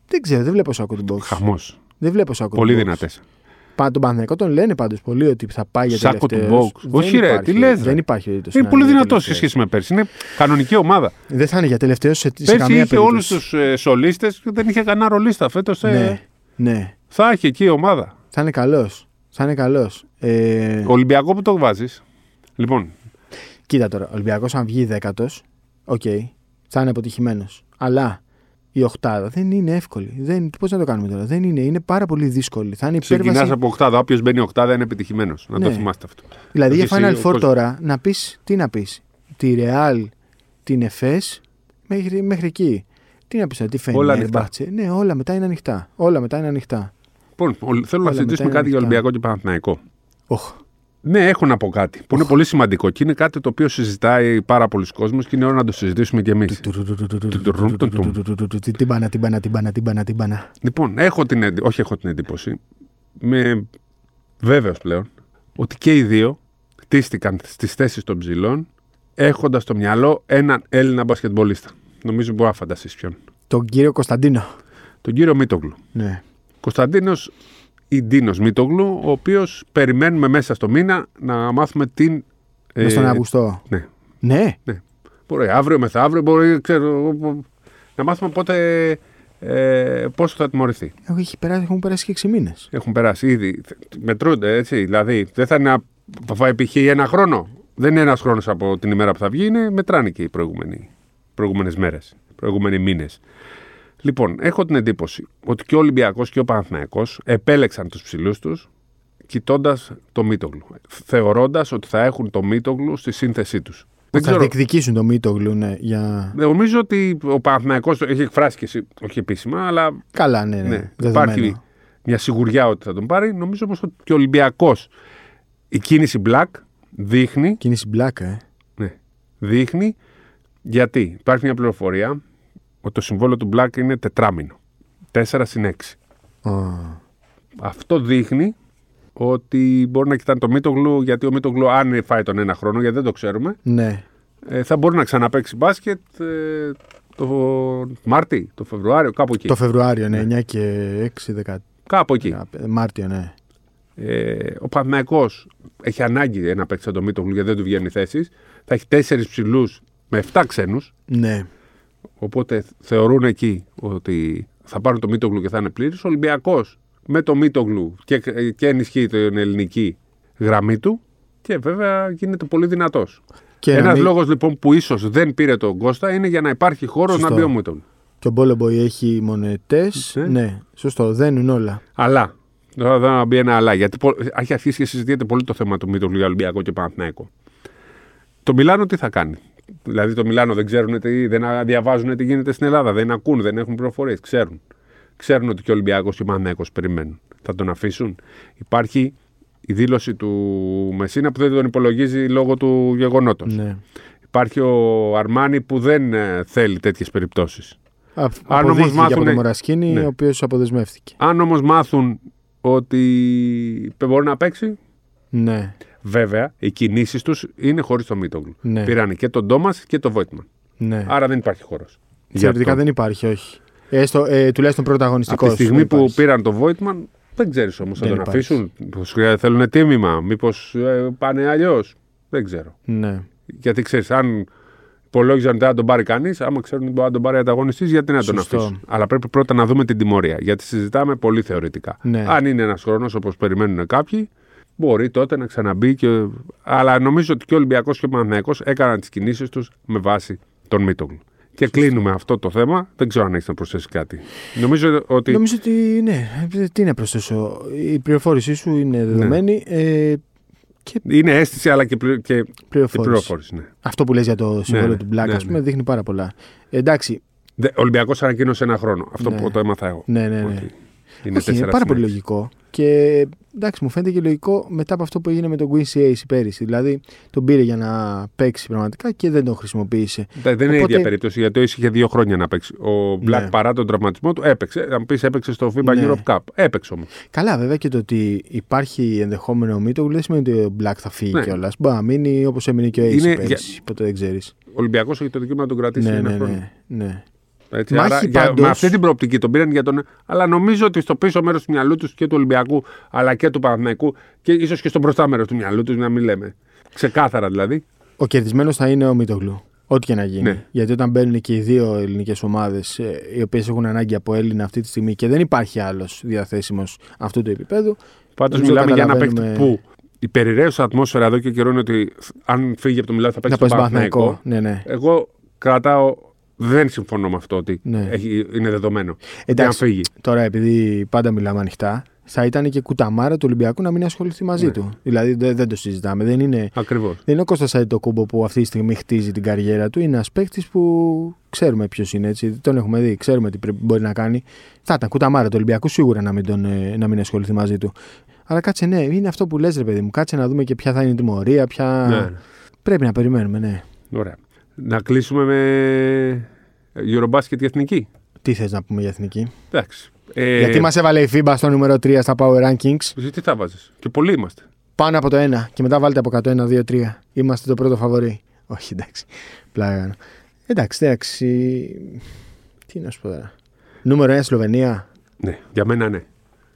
Speaker 1: Δεν ξέρω, δεν βλέπω σάκο του box.
Speaker 2: Χαμός.
Speaker 1: Δεν βλέπω σάκο
Speaker 2: Πολύ
Speaker 1: του box.
Speaker 2: δυνατές.
Speaker 1: Πα- τον Παναθηναϊκό τον λένε πάντως πολύ ότι θα πάει για
Speaker 2: Σάκο του
Speaker 1: τελευταίος.
Speaker 2: box.
Speaker 1: Δεν
Speaker 2: Όχι, ρε,
Speaker 1: υπάρχει-
Speaker 2: τι λες, ρε.
Speaker 1: Δεν υπάρχει περίπτωση
Speaker 2: Είναι
Speaker 1: να
Speaker 2: πολύ
Speaker 1: για
Speaker 2: δυνατός σε
Speaker 1: τελευταίος.
Speaker 2: σχέση με πέρσι. Είναι κανονική ομάδα.
Speaker 1: Δεν θα είναι για τελευταίος σε, σε
Speaker 2: Πέρσι
Speaker 1: καμία
Speaker 2: είχε όλους
Speaker 1: περίπτωση.
Speaker 2: τους σολίστες και δεν είχε κανένα ρολίστα. Φέτος
Speaker 1: Ναι, ναι.
Speaker 2: θα έχει εκεί η ομάδα.
Speaker 1: Θα είναι καλός. Θα είναι καλός. Ε,
Speaker 2: Ολυμπιακό που το βάζεις. Λοιπόν,
Speaker 1: Κοίτα τώρα, ο Ολυμπιακός, αν βγει δέκατος, οκ, θα είναι αποτυχημένος. Αλλά η οχτάδα δεν είναι εύκολη. Δεν, πώς να το κάνουμε τώρα, δεν είναι, είναι πάρα πολύ δύσκολη. Θα είναι υπέρβαση.
Speaker 2: ξεκινάς από οκτάδα. Όποιος μπαίνει οκτάδα είναι επιτυχημένος. Να το
Speaker 1: Ναι.
Speaker 2: θυμάστε αυτό.
Speaker 1: Δηλαδή για
Speaker 2: Εσύ,
Speaker 1: Final
Speaker 2: ο
Speaker 1: Four
Speaker 2: κόσμος.
Speaker 1: τώρα να πεις τι να πεις. Τη Real, την Εφές μέχρι, μέχρι εκεί. Τι να ε, πει τώρα, τι φαίνεται.
Speaker 2: Όλα ανοιχτά.
Speaker 1: Ναι, όλα μετά είναι ανοιχτά. Όλα μετά είναι ανοιχτά.
Speaker 2: Λοιπόν, ο- θέλω να
Speaker 1: Όλα
Speaker 2: συζητήσουμε
Speaker 1: μετά
Speaker 2: κάτι για
Speaker 1: είναι ανοιχτά.
Speaker 2: Ολυμπιακό και Παναθηναϊκό.
Speaker 1: Οχ,
Speaker 2: Ναι, έχω να πω κάτι που είναι πολύ σημαντικό και είναι κάτι το οποίο συζητάει πάρα πολλοί κόσμος και είναι ώρα να το συζητήσουμε κι εμείς.
Speaker 1: Την πάνα, την πάνα, την πάνα, την πάνα.
Speaker 2: Λοιπόν, έχω την εντύπωση, όχι έχω την εντύπωση, με βέβαιος πλέον ότι και οι δύο χτίστηκαν στις θέσεις των ψηλών έχοντας στο μυαλό έναν Έλληνα μπασκετμπολίστα. Νομίζω μπορεί να φανταστεί ποιον.
Speaker 1: Τον κύριο Κωνσταντίνο.
Speaker 2: Τον κύριο Μίτογλου.
Speaker 1: Ναι.
Speaker 2: Κωνσταντίνος Ιντίνος Μίτογλου, ο οποίος περιμένουμε μέσα στο μήνα να μάθουμε την.
Speaker 1: Μες στον Αυγουστό.
Speaker 2: Ναι,
Speaker 1: Ναι.
Speaker 2: Ε, ναι. Μπορεί αύριο, μεθαύριο, μπορεί ξέρω, να μάθουμε πότε. Ε, πόσο θα τιμωρηθεί.
Speaker 1: Έχω- Έχει περάσει, έχουν περάσει και 6 μήνες.
Speaker 2: Έχουν περάσει ήδη. Μετρούνται έτσι. Δηλαδή δεν θα, είναι, α- θα φάει π.χ. ένα χρόνο. Δεν είναι ένας χρόνος από την ημέρα που θα βγει. Είναι, μετράνε και οι προηγούμενοι προηγούμενες μέρες, προηγούμενοι μήνες. Λοιπόν, έχω την εντύπωση ότι και ο Ολυμπιακός και ο Παναθηναϊκός επέλεξαν τους ψηλούς τους κοιτώντας το Μίτογλου. Θεωρώντας ότι θα έχουν το Μίτογλου στη σύνθεσή τους. Δεν
Speaker 1: Θα
Speaker 2: ξέρω.
Speaker 1: διεκδικήσουν το Μίτογλου, ναι. Για...
Speaker 2: Νομίζω ότι ο Παναθηναϊκός το έχει εκφράσει και εσύ, όχι επίσημα, αλλά
Speaker 1: Καλά, ναι, ναι.
Speaker 2: ναι,
Speaker 1: δεδομένο.
Speaker 2: υπάρχει μια σιγουριά ότι θα τον πάρει. Νομίζω όμως ότι και ο Ολυμπιακός. Η κίνηση Black δείχνει,
Speaker 1: Κίνηση μπλάκα, ε.
Speaker 2: ναι, δείχνει γιατί υπάρχει μια πληροφορία ότι το συμβόλαιο του Black είναι τετράμινο. 4 συν 6.
Speaker 1: Ω.
Speaker 2: Αυτό δείχνει ότι μπορεί να κοιτάνε το Μίτογλου γιατί ο Μίτογλου, αν φάει τον ένα χρόνο, γιατί δεν το ξέρουμε,
Speaker 1: Ναι.
Speaker 2: ε, θα μπορεί να ξαναπέξει μπάσκετ ε, το Μάρτι, το Φεβρουάριο, κάπου εκεί.
Speaker 1: Το Φεβρουάριο, ναι. 9 και 6,
Speaker 2: Κάπου εκεί.
Speaker 1: 15. Μάρτιο, ναι.
Speaker 2: Ε, ο Παναθυναϊκό έχει ανάγκη ένα παίκτη σαν τον Μίτογλου γιατί δεν του βγαίνουν οι θέσεις. Θα έχει τέσσερις ψηλούς με 7 ξένους.
Speaker 1: Ναι.
Speaker 2: Οπότε θεωρούν εκεί ότι θα πάρουν το Μίτογλου και θα είναι πλήρης. Ο Ολυμπιακός με το Μίτογλου και, και ενισχύει την ελληνική γραμμή του. Και βέβαια γίνεται πολύ δυνατός.
Speaker 1: Και
Speaker 2: Ένα
Speaker 1: να μην-
Speaker 2: λόγος λοιπόν που ίσως δεν πήρε τον Κώστα είναι για να υπάρχει χώρος να
Speaker 1: Σωστό.
Speaker 2: μπει ο Μίτογλου.
Speaker 1: Και ο Μπόλεμποϊ έχει μονετέ.
Speaker 2: Ναι.
Speaker 1: Ναι, σωστό. Δένουν όλα.
Speaker 2: Αλλά. Τώρα θα μπει ένα αλλά. Γιατί πο- έχει αρχίσει και συζητιέται πολύ το θέμα του Μίτογλου για Ολυμπιακό και Παναθηναϊκό. Το Μιλάνο τι θα κάνει. Δηλαδή το Μιλάνο δεν ξέρουν τι, δεν α- διαβάζουν τι γίνεται στην Ελλάδα. Δεν ακούν, δεν έχουν πληροφορίες. Ξέρουν. Ξέρουν ότι και ο Ολυμπιακός και ο Παναθηναϊκός περιμένουν. Θα τον αφήσουν. Υπάρχει η δήλωση του Μεσίνα που δεν τον υπολογίζει λόγω του γεγονότος.
Speaker 1: Ναι.
Speaker 2: Υπάρχει ο Αρμάνι που δεν ε, θέλει τέτοιες περιπτώσεις.
Speaker 1: Α,
Speaker 2: όμως
Speaker 1: αποδείχθηκε και από
Speaker 2: μάθουνε-
Speaker 1: τον Μορασκίνη,
Speaker 2: Ναι.
Speaker 1: ο οποίος αποδεσμεύτηκε.
Speaker 2: Αν όμως μάθουν ότι μπορεί να παίξει,
Speaker 1: Ναι.
Speaker 2: Βέβαια, οι κινήσεις τους είναι χωρίς το Μίτογκλου.
Speaker 1: Ναι.
Speaker 2: Πήραν και τον Ντόμας και τον Βόιτμαν.
Speaker 1: ναι.
Speaker 2: Άρα δεν υπάρχει χώρος.
Speaker 1: Θεωρητικά δεν υπάρχει, όχι. Έστω, ε, τουλάχιστον πρωταγωνιστικός.
Speaker 2: Από τη στιγμή που πήραν τον Βόιτμαν, δεν ξέρεις όμως, θα
Speaker 1: Δεν
Speaker 2: τον
Speaker 1: υπάρχει.
Speaker 2: αφήσουν. Μήπω θέλουν τίμημα, μήπως πάνε αλλιώς. Δεν ξέρω.
Speaker 1: Ναι.
Speaker 2: Γιατί ξέρεις, αν υπολόγιζαν ότι αν τον πάρει κανείς, άμα ξέρουν ότι αν τον πάρει ανταγωνιστής, γιατί να τον
Speaker 1: Σωστό.
Speaker 2: αφήσουν. Αλλά πρέπει πρώτα να δούμε την τιμωρία. Γιατί συζητάμε πολύ θεωρητικά.
Speaker 1: Ναι.
Speaker 2: Αν είναι ένας χρόνος όπως περιμένουν κάποιοι, μπορεί τότε να ξαναμπεί. Και... Αλλά νομίζω ότι και ο Ολυμπιακός και ο Παναθυναϊκό έκαναν τις κινήσεις τους με βάση τον Μίτογκλου. Και κλείνουμε αυτό το θέμα. Δεν ξέρω αν έχεις να προσθέσεις κάτι. Νομίζω ότι.
Speaker 1: Νομίζω ότι ναι. ε, Τι να προσθέσω. Η πληροφόρησή σου
Speaker 2: Ναι.
Speaker 1: είναι δεδομένη. Ε, και
Speaker 2: Είναι αίσθηση, αλλά και, πλη- και... και
Speaker 1: πληροφόρηση.
Speaker 2: πληροφόρηση. Ναι.
Speaker 1: Αυτό που λες για το συμβόλαιο
Speaker 2: ναι.
Speaker 1: του Μπλακ,
Speaker 2: Ναι,
Speaker 1: ας πούμε,
Speaker 2: ναι.
Speaker 1: δείχνει πάρα πολλά. Εντάξει,
Speaker 2: Ο Ολυμπιακός ανακοίνωσε ένα χρόνο. Αυτό
Speaker 1: Ναι.
Speaker 2: που το έμαθα εγώ.
Speaker 1: ναι, ναι, ναι.
Speaker 2: Ότι Είναι
Speaker 1: Όχι, είναι
Speaker 2: τέσσερα
Speaker 1: πάρα
Speaker 2: συν
Speaker 1: πολύ
Speaker 2: έξι.
Speaker 1: λογικό. Και εντάξει, μου φαίνεται και λογικό μετά από αυτό που έγινε με τον Quincy Ace πέρυσι. Δηλαδή, τον πήρε για να παίξει πραγματικά και δεν τον χρησιμοποίησε.
Speaker 2: Δεν είναι η
Speaker 1: Οπότε-
Speaker 2: ίδια περίπτωση γιατί ο Ace είχε δύο χρόνια να παίξει. Ο Black
Speaker 1: Ναι.
Speaker 2: παρά τον τραυματισμό του έπαιξε. Να μου πεις έπαιξε στο FIBA
Speaker 1: Ναι.
Speaker 2: Europe Cup. Έπαιξε όμως.
Speaker 1: Καλά, βέβαια και το ότι υπάρχει ενδεχόμενο μήτο, δεν σημαίνει ότι ο Black θα φύγει
Speaker 2: Ναι.
Speaker 1: κιόλας. Μπορεί να μείνει όπως έμεινε και ο Ace
Speaker 2: Είναι
Speaker 1: πέρυσι. Ποτέ δεν ξέρεις.
Speaker 2: Ο Ολυμπιακός έχει το δικαίωμα να τον κρατήσει
Speaker 1: Ναι,
Speaker 2: ένα
Speaker 1: ναι,
Speaker 2: χρόνο.
Speaker 1: ναι, ναι.
Speaker 2: Έτσι,
Speaker 1: Μάχη
Speaker 2: άρα, για-
Speaker 1: πάντως-
Speaker 2: με αυτή την προοπτική τον πήραν για τον. Αλλά νομίζω ότι στο πίσω μέρος του μυαλού τους και του Ολυμπιακού αλλά και του Παναθηναϊκού και ίσως και στο μπροστά μέρος του μυαλού τους να μην λέμε. Ξεκάθαρα δηλαδή.
Speaker 1: Ο κερδισμένος θα είναι ο Μίτογλου. Ό,τι και να γίνει.
Speaker 2: Ναι.
Speaker 1: Γιατί όταν μπαίνουν και οι δύο ελληνικές ομάδες, οι οποίες έχουν ανάγκη από Έλληνα αυτή τη στιγμή και δεν υπάρχει άλλος διαθέσιμος αυτού του επίπεδου.
Speaker 2: Πάντως
Speaker 1: Νομίζω
Speaker 2: μιλάμε για ένα παίκτη
Speaker 1: καταλαβαίνουμε-
Speaker 2: που η περιραίουσα ατμόσφαιρα εδώ και καιρό είναι ότι αν φύγει από το μιλάω θα παίξει
Speaker 1: Να
Speaker 2: στο
Speaker 1: πάει
Speaker 2: Παναθηναϊκό.
Speaker 1: Παναθηναϊκό. Ναι, ναι.
Speaker 2: Εγώ κρατάω. Δεν συμφωνώ με αυτό ότι
Speaker 1: Ναι.
Speaker 2: έχει, είναι δεδομένο. Για να
Speaker 1: Εντάξει,
Speaker 2: φύγει.
Speaker 1: Τώρα, επειδή πάντα μιλάμε ανοιχτά, θα ήταν και κουταμάρα του Ολυμπιακού να μην ασχοληθεί
Speaker 2: Ναι.
Speaker 1: μαζί του. Δηλαδή δεν, δεν το συζητάμε. Δεν είναι,
Speaker 2: Ακριβώς.
Speaker 1: δεν είναι ο Κώστας Αιτοκούμπο που αυτή τη στιγμή χτίζει την καριέρα του. Είναι ένας παίκτης που ξέρουμε ποιος είναι. Έτσι. Τον έχουμε δει, ξέρουμε τι πρέπει- μπορεί να κάνει. Θα ήταν κουταμάρα του Ολυμπιακού σίγουρα να μην, τον, ε, να μην ασχοληθεί μαζί του. Αλλά κάτσε, ναι, είναι αυτό που λες ρε παιδί μου. Κάτσε να δούμε και ποια θα είναι η τιμωρία. Ποια...
Speaker 2: Ναι, ναι.
Speaker 1: Πρέπει να περιμένουμε, ναι.
Speaker 2: Ωραία. Να κλείσουμε με ε, Eurobasket και εθνική.
Speaker 1: Τι θες να πούμε για εθνική.
Speaker 2: Εντάξει. Ε,
Speaker 1: Γιατί μας έβαλε η FIBA στο νούμερο 3 στα Power Rankings.
Speaker 2: Τι θα βάζεις. Και πολλοί είμαστε.
Speaker 1: Πάνω από το 1 και μετά βάλτε από κάτω 1, 2, 3. Είμαστε το πρώτο φαβορή. Όχι, εντάξει. Πλάκα. κάνω. Εντάξει, εντάξει. Τι να σου πω τώρα. Νούμερο 1 Σλοβενία.
Speaker 2: Ναι, για μένα ναι.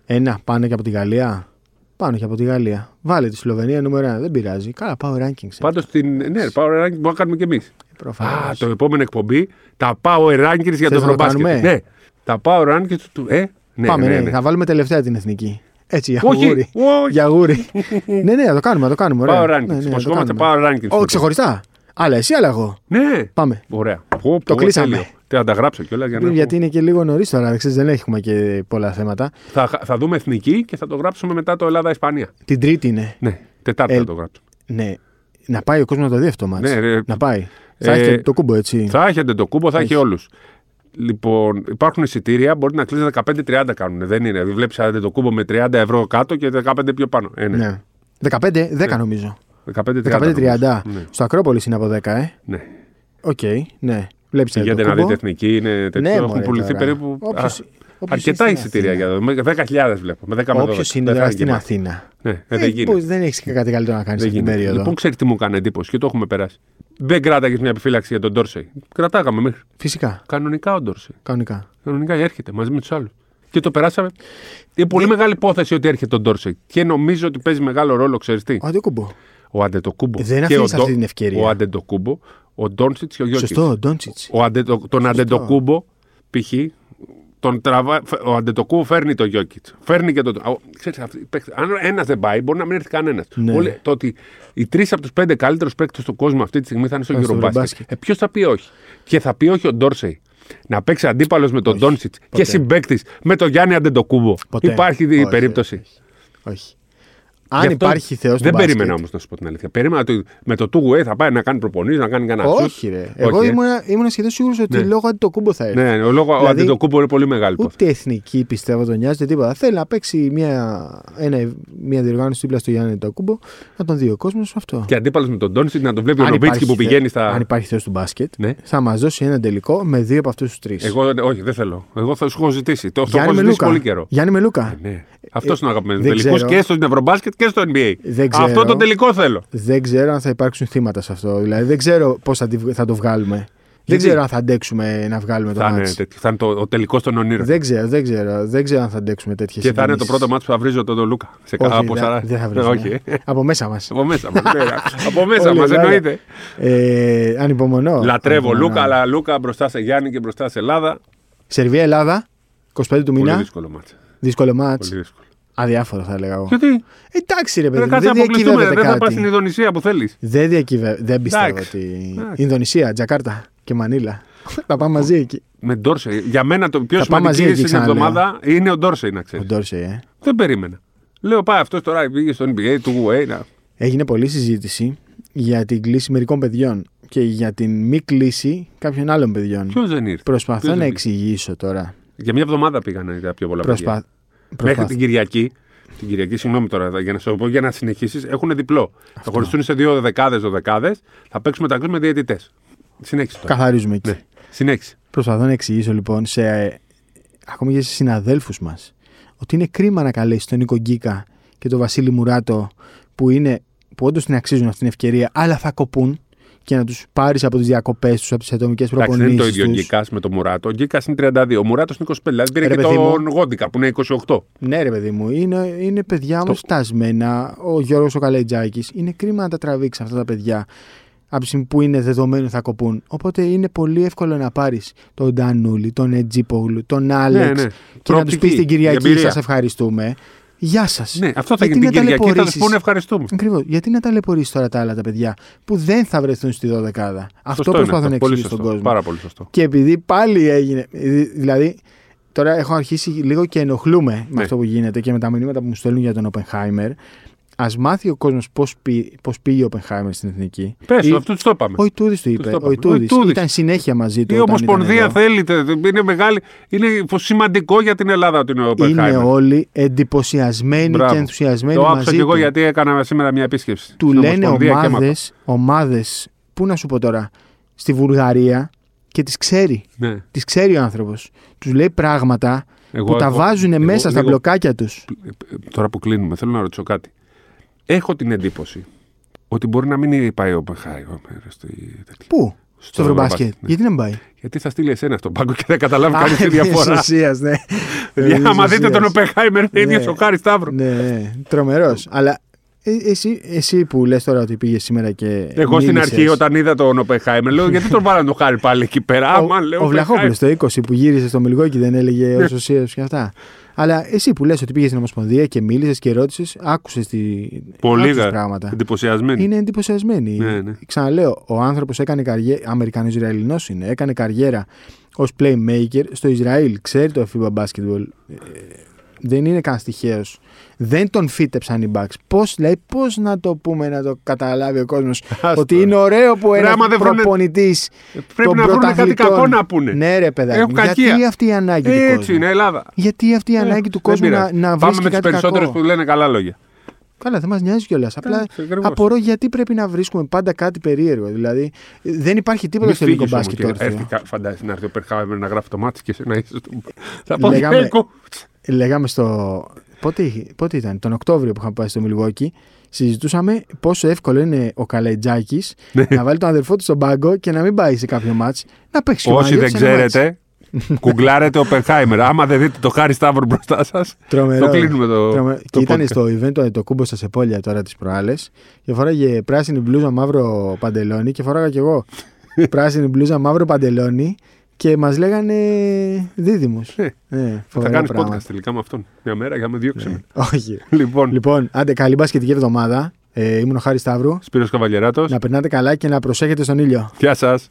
Speaker 1: Ένα πάνω και από τη Γαλλία. Πάνω και από τη Γαλλία. Βάλε τη Σλοβενία νούμερο 1. Δεν πειράζει. Καλά, power rankings. είναι.
Speaker 2: Πάντως την. Ναι, ρε, power ranking μπορούμε να κάνουμε κι εμείς. Α,
Speaker 1: Προφανώς.
Speaker 2: το επόμενο εκπομπή. Τα power rankings
Speaker 1: Θες να
Speaker 2: για το
Speaker 1: το
Speaker 2: Ευρωμπάσκετ.
Speaker 1: κάνουμε?
Speaker 2: Ναι. Τα power rankings του. Ε, ναι,
Speaker 1: Πάμε,
Speaker 2: ναι,
Speaker 1: ναι,
Speaker 2: ναι.
Speaker 1: θα βάλουμε τελευταία την εθνική. Έτσι, για
Speaker 2: Όχι,
Speaker 1: γούρι.
Speaker 2: όχι.
Speaker 1: Για γούρι. ναι, ναι, θα το κάνουμε, θα το κάνουμε. ωραία.
Speaker 2: Power
Speaker 1: Ναι, ναι, θα
Speaker 2: rankings.
Speaker 1: το
Speaker 2: Βασικόμαστε
Speaker 1: κάνουμε.
Speaker 2: power rankings.
Speaker 1: Ω, ξεχωριστά. Άλλα εσύ, άλλα εγώ.
Speaker 2: Ναι.
Speaker 1: Πάμε.
Speaker 2: Ωραία. Πω,
Speaker 1: Το
Speaker 2: πω,
Speaker 1: κλείσαμε.
Speaker 2: τέλειο. Τι, Θα τα γράψω κιόλας για να.
Speaker 1: Γιατί είναι και λίγο νωρίς τώρα, ξέρεις, δεν έχουμε και πολλά θέματα.
Speaker 2: Θα, θα δούμε εθνική και θα το γράψουμε μετά το Ελλάδα-Ισπανία.
Speaker 1: Την Τρίτη είναι.
Speaker 2: Ναι, Τετάρτη
Speaker 1: Ε,
Speaker 2: θα το γράψω.
Speaker 1: Ναι. Να πάει ο κόσμος να το δει αυτό το μάτς.
Speaker 2: Ναι, ρε.
Speaker 1: να πάει. Θα
Speaker 2: Ε,
Speaker 1: έχει το- το κούμπο, έτσι.
Speaker 2: Θα έχετε το κούμπο, θα έχει
Speaker 1: ναι. Έχει.
Speaker 2: όλους. Λοιπόν, υπάρχουν εισιτήρια, μπορεί να κλείσει 15-30 κάνουν. Δεν είναι. Βλέπει το κούμπο με 30 ευρώ κάτω και 15 πιο πάνω. Ε, ναι.
Speaker 1: Ναι. 15, 10 νομίζω.
Speaker 2: 15-30.
Speaker 1: 15-30.
Speaker 2: νομίζω. Ναι.
Speaker 1: Στο Ακρόπολης είναι από 10, ε.
Speaker 2: ναι.
Speaker 1: Οκ, ναι. Βλέπεις το
Speaker 2: Πηγαίνετε Ε, να
Speaker 1: κούμπο.
Speaker 2: δείτε εθνική, είναι τέτοιο.
Speaker 1: Ναι,
Speaker 2: Έχουν
Speaker 1: μωρέ,
Speaker 2: πουληθεί
Speaker 1: τώρα.
Speaker 2: περίπου.
Speaker 1: Όποιος-
Speaker 2: α,
Speaker 1: όποιος
Speaker 2: αρκετά
Speaker 1: είναι στην
Speaker 2: εισιτήρια για
Speaker 1: Αθήνα.
Speaker 2: εδώ. Με 10.000 βλέπω. Με 10 με 12.
Speaker 1: Όποιος είναι
Speaker 2: Δεν
Speaker 1: τώρα
Speaker 2: θα
Speaker 1: στην
Speaker 2: γεμάτο.
Speaker 1: Αθήνα.
Speaker 2: Ναι, ε,
Speaker 1: Ε,
Speaker 2: δεν γίνεται.
Speaker 1: πώς δεν έχεις κάτι καλύτερο να κάνεις
Speaker 2: Δεν
Speaker 1: αυτή την
Speaker 2: γίνεται.
Speaker 1: περίοδο.
Speaker 2: Λοιπόν, ξέρει τι μου έκανε εντύπωση και το έχουμε περάσει. Δεν κράταγες μια επιφύλαξη για τον Ντόρσεϊ. Κρατάγαμε μέχρι.
Speaker 1: Φυσικά,
Speaker 2: Κανονικά ο Ντόρσεϊ.
Speaker 1: κανονικά.
Speaker 2: Κανονικά έρχεται μαζί με τους άλλους. Και το περάσαμε. Είναι πολύ μεγάλη υπόθεση ότι έρχεται ο Ντόρσεϊ. Και νομίζω ότι παίζει μεγάλο ρόλο, ξέρεις τι.
Speaker 1: Ο κούμπο.
Speaker 2: Ο Αντετοκούμπο.
Speaker 1: Δεν
Speaker 2: και ο
Speaker 1: αφήνεις
Speaker 2: Ντο-
Speaker 1: αυτή την ευκαιρία.
Speaker 2: Ο Αντετοκούμπο, ο Ντόρσιτ και ο Γιώργης.
Speaker 1: Σωστό, ο Ντόντσιτ.
Speaker 2: Ο Αντετο, τον Αντετοκούμπο, π.χ. Τον τραβά, φε- ο Αντετοκούμπο φέρνει το Γιώκητ. Φέρνει και το. ο- Ξέρεις, αυτοί οι παίκτες, αν ένας δεν πάει, μπορεί να μην έρθει κανένας.
Speaker 1: Ναι.
Speaker 2: Το ότι οι τρεις από τους πέντε καλύτερους παίκτες του κόσμου αυτή τη στιγμή θα είναι στο
Speaker 1: Θα είναι στο
Speaker 2: Eurobasket.
Speaker 1: Eurobasket.
Speaker 2: Ε, Ποιος θα πει όχι. Και θα πει όχι ο Ντόρσεϊ. Να παίξει αντίπαλος με τον Ντόνσιτ και
Speaker 1: Ποτέ.
Speaker 2: συμπέκτη με τον Γιάννη Αντετοκούμπο.
Speaker 1: Ποτέ.
Speaker 2: Υπάρχει η
Speaker 1: Όχι,
Speaker 2: περίπτωση.
Speaker 1: Όχι.
Speaker 2: Γι'
Speaker 1: Αν
Speaker 2: αυτό
Speaker 1: υπάρχει Θεός.
Speaker 2: Δεν περίμενα όμως να σου πω την αλήθεια. Περίμενα ότι με το Two Way θα πάει να κάνει προπονήσεις, να κάνει κανένα
Speaker 1: Όχι, ρε. Εγώ
Speaker 2: Όχι, ε.
Speaker 1: ήμουν, ήμουν σχεδόν σίγουρος ότι
Speaker 2: Ναι.
Speaker 1: λόγω αντιτοκούμπο θα έρθει.
Speaker 2: Ναι, ναι, ο λόγο ο
Speaker 1: Ε, Δηλαδή,
Speaker 2: Αντετοκούμπο είναι πολύ μεγάλη υπόθεση.
Speaker 1: Ούτε εθνική πιστεύω τον νοιάζεται τίποτα. Θέλει να παίξει μια, ένα, μια διοργάνωση δίπλα στο Γιάννη Αντιτοκούμπο, να τον δει ο κόσμος αυτό.
Speaker 2: Και αντίπαλος με τον Ντόνσιτ να τον βλέπει ο Νοβίτσκι που
Speaker 1: θε-
Speaker 2: πηγαίνει στα.
Speaker 1: αν υπάρχει Θεός του μπάσκετ,
Speaker 2: Ναι.
Speaker 1: θα μας δώσει ένα τελικό με δύο από αυτούς τους τρεις.
Speaker 2: Εγώ, ε, όχι, δεν θέλω. Εγώ θα σου έχω ζητήσει. Το το έχω
Speaker 1: Γιάννη
Speaker 2: ζητήσει
Speaker 1: Μελούκα.
Speaker 2: πολύ καιρό.
Speaker 1: Γιάννη Μελούκα.
Speaker 2: Ναι. Αυτός είναι ο αγαπημένο
Speaker 1: δεν
Speaker 2: τελικό
Speaker 1: ξέρω.
Speaker 2: και στο Ευρωμπάσκετ και στο NBA.
Speaker 1: Δεν ξέρω.
Speaker 2: Αυτό το τελικό θέλω.
Speaker 1: Δεν ξέρω αν θα υπάρξουν θύματα σε αυτό. Δηλαδή, δεν ξέρω πώς θα, τη βγ- θα το βγάλουμε. Δεν
Speaker 2: Γιατί?
Speaker 1: ξέρω αν θα αντέξουμε να βγάλουμε το
Speaker 2: Θα είναι,
Speaker 1: μάτς.
Speaker 2: τέτοιο. θα είναι το, ο τελικός των ονείρων.
Speaker 1: Δεν ξέρω, δεν ξέρω. Δεν ξέρω αν θα αντέξουμε τέτοιες
Speaker 2: Και θα είναι το πρώτο μάτι που θα βρίζω τον Λούκα. Σε
Speaker 1: Όχι,
Speaker 2: κα- από
Speaker 1: δεν-
Speaker 2: 40.
Speaker 1: δεν θα
Speaker 2: Ναι,
Speaker 1: βρίζουμε.
Speaker 2: όχι.
Speaker 1: Από μέσα μας.
Speaker 2: Από μέσα μας. από μέσα
Speaker 1: Όλη
Speaker 2: μα,
Speaker 1: η Ελλάδα.
Speaker 2: εννοείται.
Speaker 1: Ε, ανυπομονώ.
Speaker 2: Λατρεύω
Speaker 1: Ανυπομονώ.
Speaker 2: Λούκα, αλλά Λούκα μπροστά σε Γιάννη και μπροστά σε Ελλάδα.
Speaker 1: Σερβία, Ελλάδα. 25 του
Speaker 2: Πολύ
Speaker 1: μήνα.
Speaker 2: δύσκολο μάτι.
Speaker 1: Δύσκολο μάτς.
Speaker 2: Πολύ δύσκολο.
Speaker 1: Αδιάφορο θα έλεγα εγώ.
Speaker 2: Γιατί
Speaker 1: Εντάξει ρε παιδί,
Speaker 2: πρέπει
Speaker 1: μου,
Speaker 2: να
Speaker 1: δεν
Speaker 2: αποκλειστούμε,
Speaker 1: διακυβεύεται
Speaker 2: δεν θα πας στην
Speaker 1: κάτι.
Speaker 2: Ινδονησία που θέλεις.
Speaker 1: Δεν διακυβεύεται. Δεν πιστεύω
Speaker 2: Εντάξει.
Speaker 1: ότι.
Speaker 2: Εντάξει.
Speaker 1: Ινδονησία, Τζακάρτα και Μανίλα. Θα πάμε μαζί εκεί.
Speaker 2: Με Ντόρσεϊ. Για μένα το πιο
Speaker 1: Θα πάμε μαζί
Speaker 2: σημαντική
Speaker 1: εκεί,
Speaker 2: στην
Speaker 1: ξαναλέω.
Speaker 2: εβδομάδα είναι ο Ντόρσεϊ, να
Speaker 1: Ο
Speaker 2: ξέρει.
Speaker 1: Ντόρσεϊ, ε.
Speaker 2: Δεν περίμενα. Λέω πάει αυτός τώρα πήγε στο NBA του UA. Να...
Speaker 1: Έγινε πολλή συζήτηση για την κλίση μερικών παιδιών και για την μη κλίση κάποιων άλλων παιδιών.
Speaker 2: Ποιος δεν ήρθε.
Speaker 1: Προσπαθώ
Speaker 2: ποιος
Speaker 1: να
Speaker 2: δεν
Speaker 1: εξηγήσω τώρα.
Speaker 2: Για μια εβδομάδα πήγανε τα πιο πολλά παιδιά.
Speaker 1: Προσπα...
Speaker 2: Μέχρι
Speaker 1: Προσπαθώ.
Speaker 2: την Κυριακή. Την Κυριακή, συγγνώμη τώρα, για να σου πω για να συνεχίσεις, έχουν διπλό. Θα χωριστούν σε δύο δεκάδες, δωδεκάδες. Θα παίξουμε μεταξύ με διαιτητέ. Συνέχισε τώρα.
Speaker 1: Καθαρίζουμε εκεί.
Speaker 2: Ναι. Συνέχισε.
Speaker 1: Προσπαθώ να εξηγήσω λοιπόν σε ε, ακόμη και σε συναδέλφους μας ότι είναι κρίμα να καλέσεις τον Νίκο Γκίκα και τον Βασίλη Μουράτο που, είναι, που όντως την αξίζουν αυτή την ευκαιρία, αλλά θα κοπούν και να τους πάρεις από τις διακοπές τους, από τις ατομικές
Speaker 2: Εντάξει, δεν
Speaker 1: προπονήσει.
Speaker 2: είναι το ίδιο ο Γκίκα με τον Μουράτο. Ο Γκίκα είναι 32. Ο Μουράτος είναι 25. Δηλαδή πήρε
Speaker 1: Ρε,
Speaker 2: και
Speaker 1: παιδί μου.
Speaker 2: τον Γόντικα που είναι 28.
Speaker 1: Ναι, ρε παιδί μου, είναι, είναι παιδιά
Speaker 2: Το-
Speaker 1: μου φτασμένα. Ο Γιώργος ο Καλετζάκης. Είναι κρίμα να τα τραβήξεις αυτά τα παιδιά. Από τη στιγμή που είναι δεδομένο θα κοπούν. Οπότε είναι πολύ εύκολο να πάρεις τον Ντανούλη, τον Ετζίπογλου, τον Άλεξ
Speaker 2: ναι.
Speaker 1: και να τους
Speaker 2: Προοπτική,
Speaker 1: πει την Κυριακή
Speaker 2: εμπειρία.
Speaker 1: σας ευχαριστούμε. Γεια σας.
Speaker 2: Ναι, αυτό θα
Speaker 1: Γιατί
Speaker 2: γίνει
Speaker 1: να
Speaker 2: την Κυριακή. Θα του
Speaker 1: ταλαιπωρήσεις?
Speaker 2: πούνε ευχαριστούμε.
Speaker 1: Ακριβώς. Γιατί να ταλαιπωρήσεις τώρα τα άλλα τα παιδιά που δεν θα βρεθούν στη δωδεκάδα. Αυτό
Speaker 2: Σωστό είναι
Speaker 1: προσπαθώ να
Speaker 2: Πολύ
Speaker 1: εξηγήσω στον
Speaker 2: σωστό.
Speaker 1: κόσμο.
Speaker 2: Πάρα πολύ σωστό.
Speaker 1: Και επειδή πάλι έγινε. δη- Δηλαδή, τώρα έχω αρχίσει λίγο και ενοχλούμε
Speaker 2: Ναι.
Speaker 1: με αυτό που γίνεται και με τα μηνύματα που μου στέλνουν για τον Οπενχάιμερ. Ας μάθει ο κόσμος πώς πώς πήγε ο Οπενχάιμερ στην εθνική.
Speaker 2: Πες,
Speaker 1: Ή-
Speaker 2: αυτό το είπαμε.
Speaker 1: Ο Ιτούδης του
Speaker 2: το
Speaker 1: είπε.
Speaker 2: είπαμε.
Speaker 1: Ο Ιτούδης
Speaker 2: Ο Ιτούδης.
Speaker 1: Ήταν συνέχεια μαζί του.
Speaker 2: Η
Speaker 1: όταν ήταν
Speaker 2: Ομοσπονδία
Speaker 1: εδώ.
Speaker 2: θέλετε. Είναι, μεγάλη, είναι σημαντικό για την Ελλάδα ότι είναι ο
Speaker 1: Είναι
Speaker 2: Oppenheimer.
Speaker 1: όλοι εντυπωσιασμένοι
Speaker 2: Μπράβο.
Speaker 1: και ενθουσιασμένοι.
Speaker 2: Το
Speaker 1: μαζί
Speaker 2: άφησα και εγώ
Speaker 1: του.
Speaker 2: γιατί έκανα σήμερα μια επίσκεψη.
Speaker 1: του
Speaker 2: στην
Speaker 1: λένε
Speaker 2: Ομοσπονδία και έμαθα.
Speaker 1: ομάδες, ομάδες, πού να σου πω τώρα, στη Βουλγαρία και τις ξέρει.
Speaker 2: Ναι.
Speaker 1: Τις ξέρει ο άνθρωπος. Τους λέει πράγματα
Speaker 2: Εγώ-
Speaker 1: που τα
Speaker 2: εγώ-
Speaker 1: βάζουν
Speaker 2: εγώ
Speaker 1: μέσα στα
Speaker 2: λίγο-
Speaker 1: μπλοκάκια τους.
Speaker 2: Ε, Τώρα που κλείνουμε, θέλω να ρωτήσω κάτι. Έχω την εντύπωση ότι μπορεί να μην πάει ο Μπεχάη ο Μέρες στη-
Speaker 1: Πού? Στο
Speaker 2: Στο
Speaker 1: Ευρωμπάσκετ.
Speaker 2: Ευρωμπάσκετ, ναι.
Speaker 1: Γιατί να μην πάει.
Speaker 2: Γιατί θα στείλει εσένα στον πάγκο και θα καταλάβει
Speaker 1: Α,
Speaker 2: κανείς τη
Speaker 1: επί της
Speaker 2: διαφορά.
Speaker 1: ουσίας, ναι.
Speaker 2: Παιδιά,
Speaker 1: Επί της
Speaker 2: Άμα δείτε
Speaker 1: ουσίας.
Speaker 2: τον Οπεχάιμερ, είναι
Speaker 1: Ναι.
Speaker 2: ίδιο ο Χάρη Σταύρο.
Speaker 1: Ναι, ναι. τρομερός. Αλλά ε, εσύ, εσύ που λες τώρα ότι πήγες σήμερα και.
Speaker 2: Εγώ στην
Speaker 1: μίλησες,
Speaker 2: αρχή, όταν είδα τον Οπεχάιμερ, λέω γιατί τον βάλανε τον Χάρη πάλι εκεί πέρα.
Speaker 1: Ο,
Speaker 2: Άμα λέω. Ναι.
Speaker 1: ο Βλαχόπουλο
Speaker 2: Οπενχάιμερ.
Speaker 1: το 20 που γύρισε στο Μιλγόκι δεν έλεγε ως ουσίας και αυτά. Αλλά εσύ που λες ότι πήγες στην Ομοσπονδία και μίλησες και ρώτησες, άκουσες τι
Speaker 2: Πολύ
Speaker 1: άκουσες
Speaker 2: γα-
Speaker 1: πράγματα.
Speaker 2: εντυπωσιασμένοι.
Speaker 1: Είναι εντυπωσιασμένοι.
Speaker 2: Ναι, ναι.
Speaker 1: Ξαναλέω, ο άνθρωπος έκανε καριέρα. Αμερικανός Ισραηλινός είναι. Έκανε καριέρα ως playmaker στο Ισραήλ. Ξέρει το FIBA basketball. Ε, δεν είναι καν τυχαίο. Δεν τον φύτεψαν οι Bucks. Πώς λέει, πώς να το πούμε να το καταλάβει ο κόσμος
Speaker 2: Άστο,
Speaker 1: ότι
Speaker 2: ρε.
Speaker 1: είναι ωραίο που
Speaker 2: Ρε,
Speaker 1: ένας
Speaker 2: άμα δεν βρουνε-
Speaker 1: προπονητής.
Speaker 2: Πρέπει να βρουν κάτι κακό να πούνε.
Speaker 1: Ναι, ρε παιδάκι.
Speaker 2: Έχουν
Speaker 1: Γιατί
Speaker 2: κακία.
Speaker 1: αυτή η ανάγκη του
Speaker 2: Έτσι
Speaker 1: κόσμου.
Speaker 2: είναι, Ελλάδα.
Speaker 1: Γιατί αυτή η
Speaker 2: Ε,
Speaker 1: ανάγκη του
Speaker 2: δεν
Speaker 1: κόσμου να,
Speaker 2: πειράζει.
Speaker 1: να
Speaker 2: Πάμε
Speaker 1: βρίσκει
Speaker 2: με του
Speaker 1: κάτι κακό.
Speaker 2: περισσότερου που λένε καλά λόγια.
Speaker 1: Καλά, δεν μας νοιάζει κιόλας. Απλά
Speaker 2: Εντάξει, ακριβώς.
Speaker 1: απορώ γιατί πρέπει να βρίσκουμε πάντα κάτι περίεργο. Δηλαδή, ε, δεν υπάρχει τίποτα
Speaker 2: Μη
Speaker 1: στο ελληνικό
Speaker 2: φύγεις όμως,
Speaker 1: μπάσκετ
Speaker 2: κύριε.
Speaker 1: όρθιο.
Speaker 2: Έρθει κα- Φαντάζεσαι να έρθει ο Περχάμερ να γράφει το μάτι και εσύ να είσαι. του- Θα πω
Speaker 1: Λέγαμε-
Speaker 2: «Φέκο».
Speaker 1: Λέγαμε στο. Πότε, είχε- πότε ήταν, τον Οκτώβριο που είχαμε πάει στο Μιλγόκι, συζητούσαμε πόσο εύκολο είναι ο Καλετζάκης
Speaker 2: Ναι.
Speaker 1: να βάλει τον αδερφό του στον πάγκο και να μην πάει σε κάποιο μάτ. Να παίξει και ο
Speaker 2: Όσοι δεν
Speaker 1: Μάγιος σε ένα μάτς.
Speaker 2: ξέρετε, κουγκλάρετε ο Περχάιμερ. Άμα δεν δείτε το Χάρη Σταύρο μπροστά σας,
Speaker 1: Τρομερό.
Speaker 2: το κλείνουμε το.
Speaker 1: Τρομε-
Speaker 2: το
Speaker 1: και ήταν
Speaker 2: podcast.
Speaker 1: στο event το, το κούμπο στα Σεπόλια τώρα τις προάλλες και φοράγε πράσινη μπλούζα, μαύρο παντελόνι και φοράγα κι εγώ πράσινη μπλούζα, μαύρο παντελόνι και μας λέγανε δίδυμου.
Speaker 2: Ε,
Speaker 1: ναι,
Speaker 2: Θα
Speaker 1: φοβερά
Speaker 2: κάνει
Speaker 1: πράγματα.
Speaker 2: podcast τελικά με αυτόν. Μια μέρα για να με διώξουμε.
Speaker 1: Όχι.
Speaker 2: Λοιπόν,
Speaker 1: Ναι. λοιπόν, άντε, καλή μπασκετική εβδομάδα. Ε, ήμουν ο Χάρης Σταύρου.
Speaker 2: Σπύρος Καβαλιεράτος,
Speaker 1: Να περνάτε καλά και να προσέχετε στον ήλιο.
Speaker 2: Γεια σας.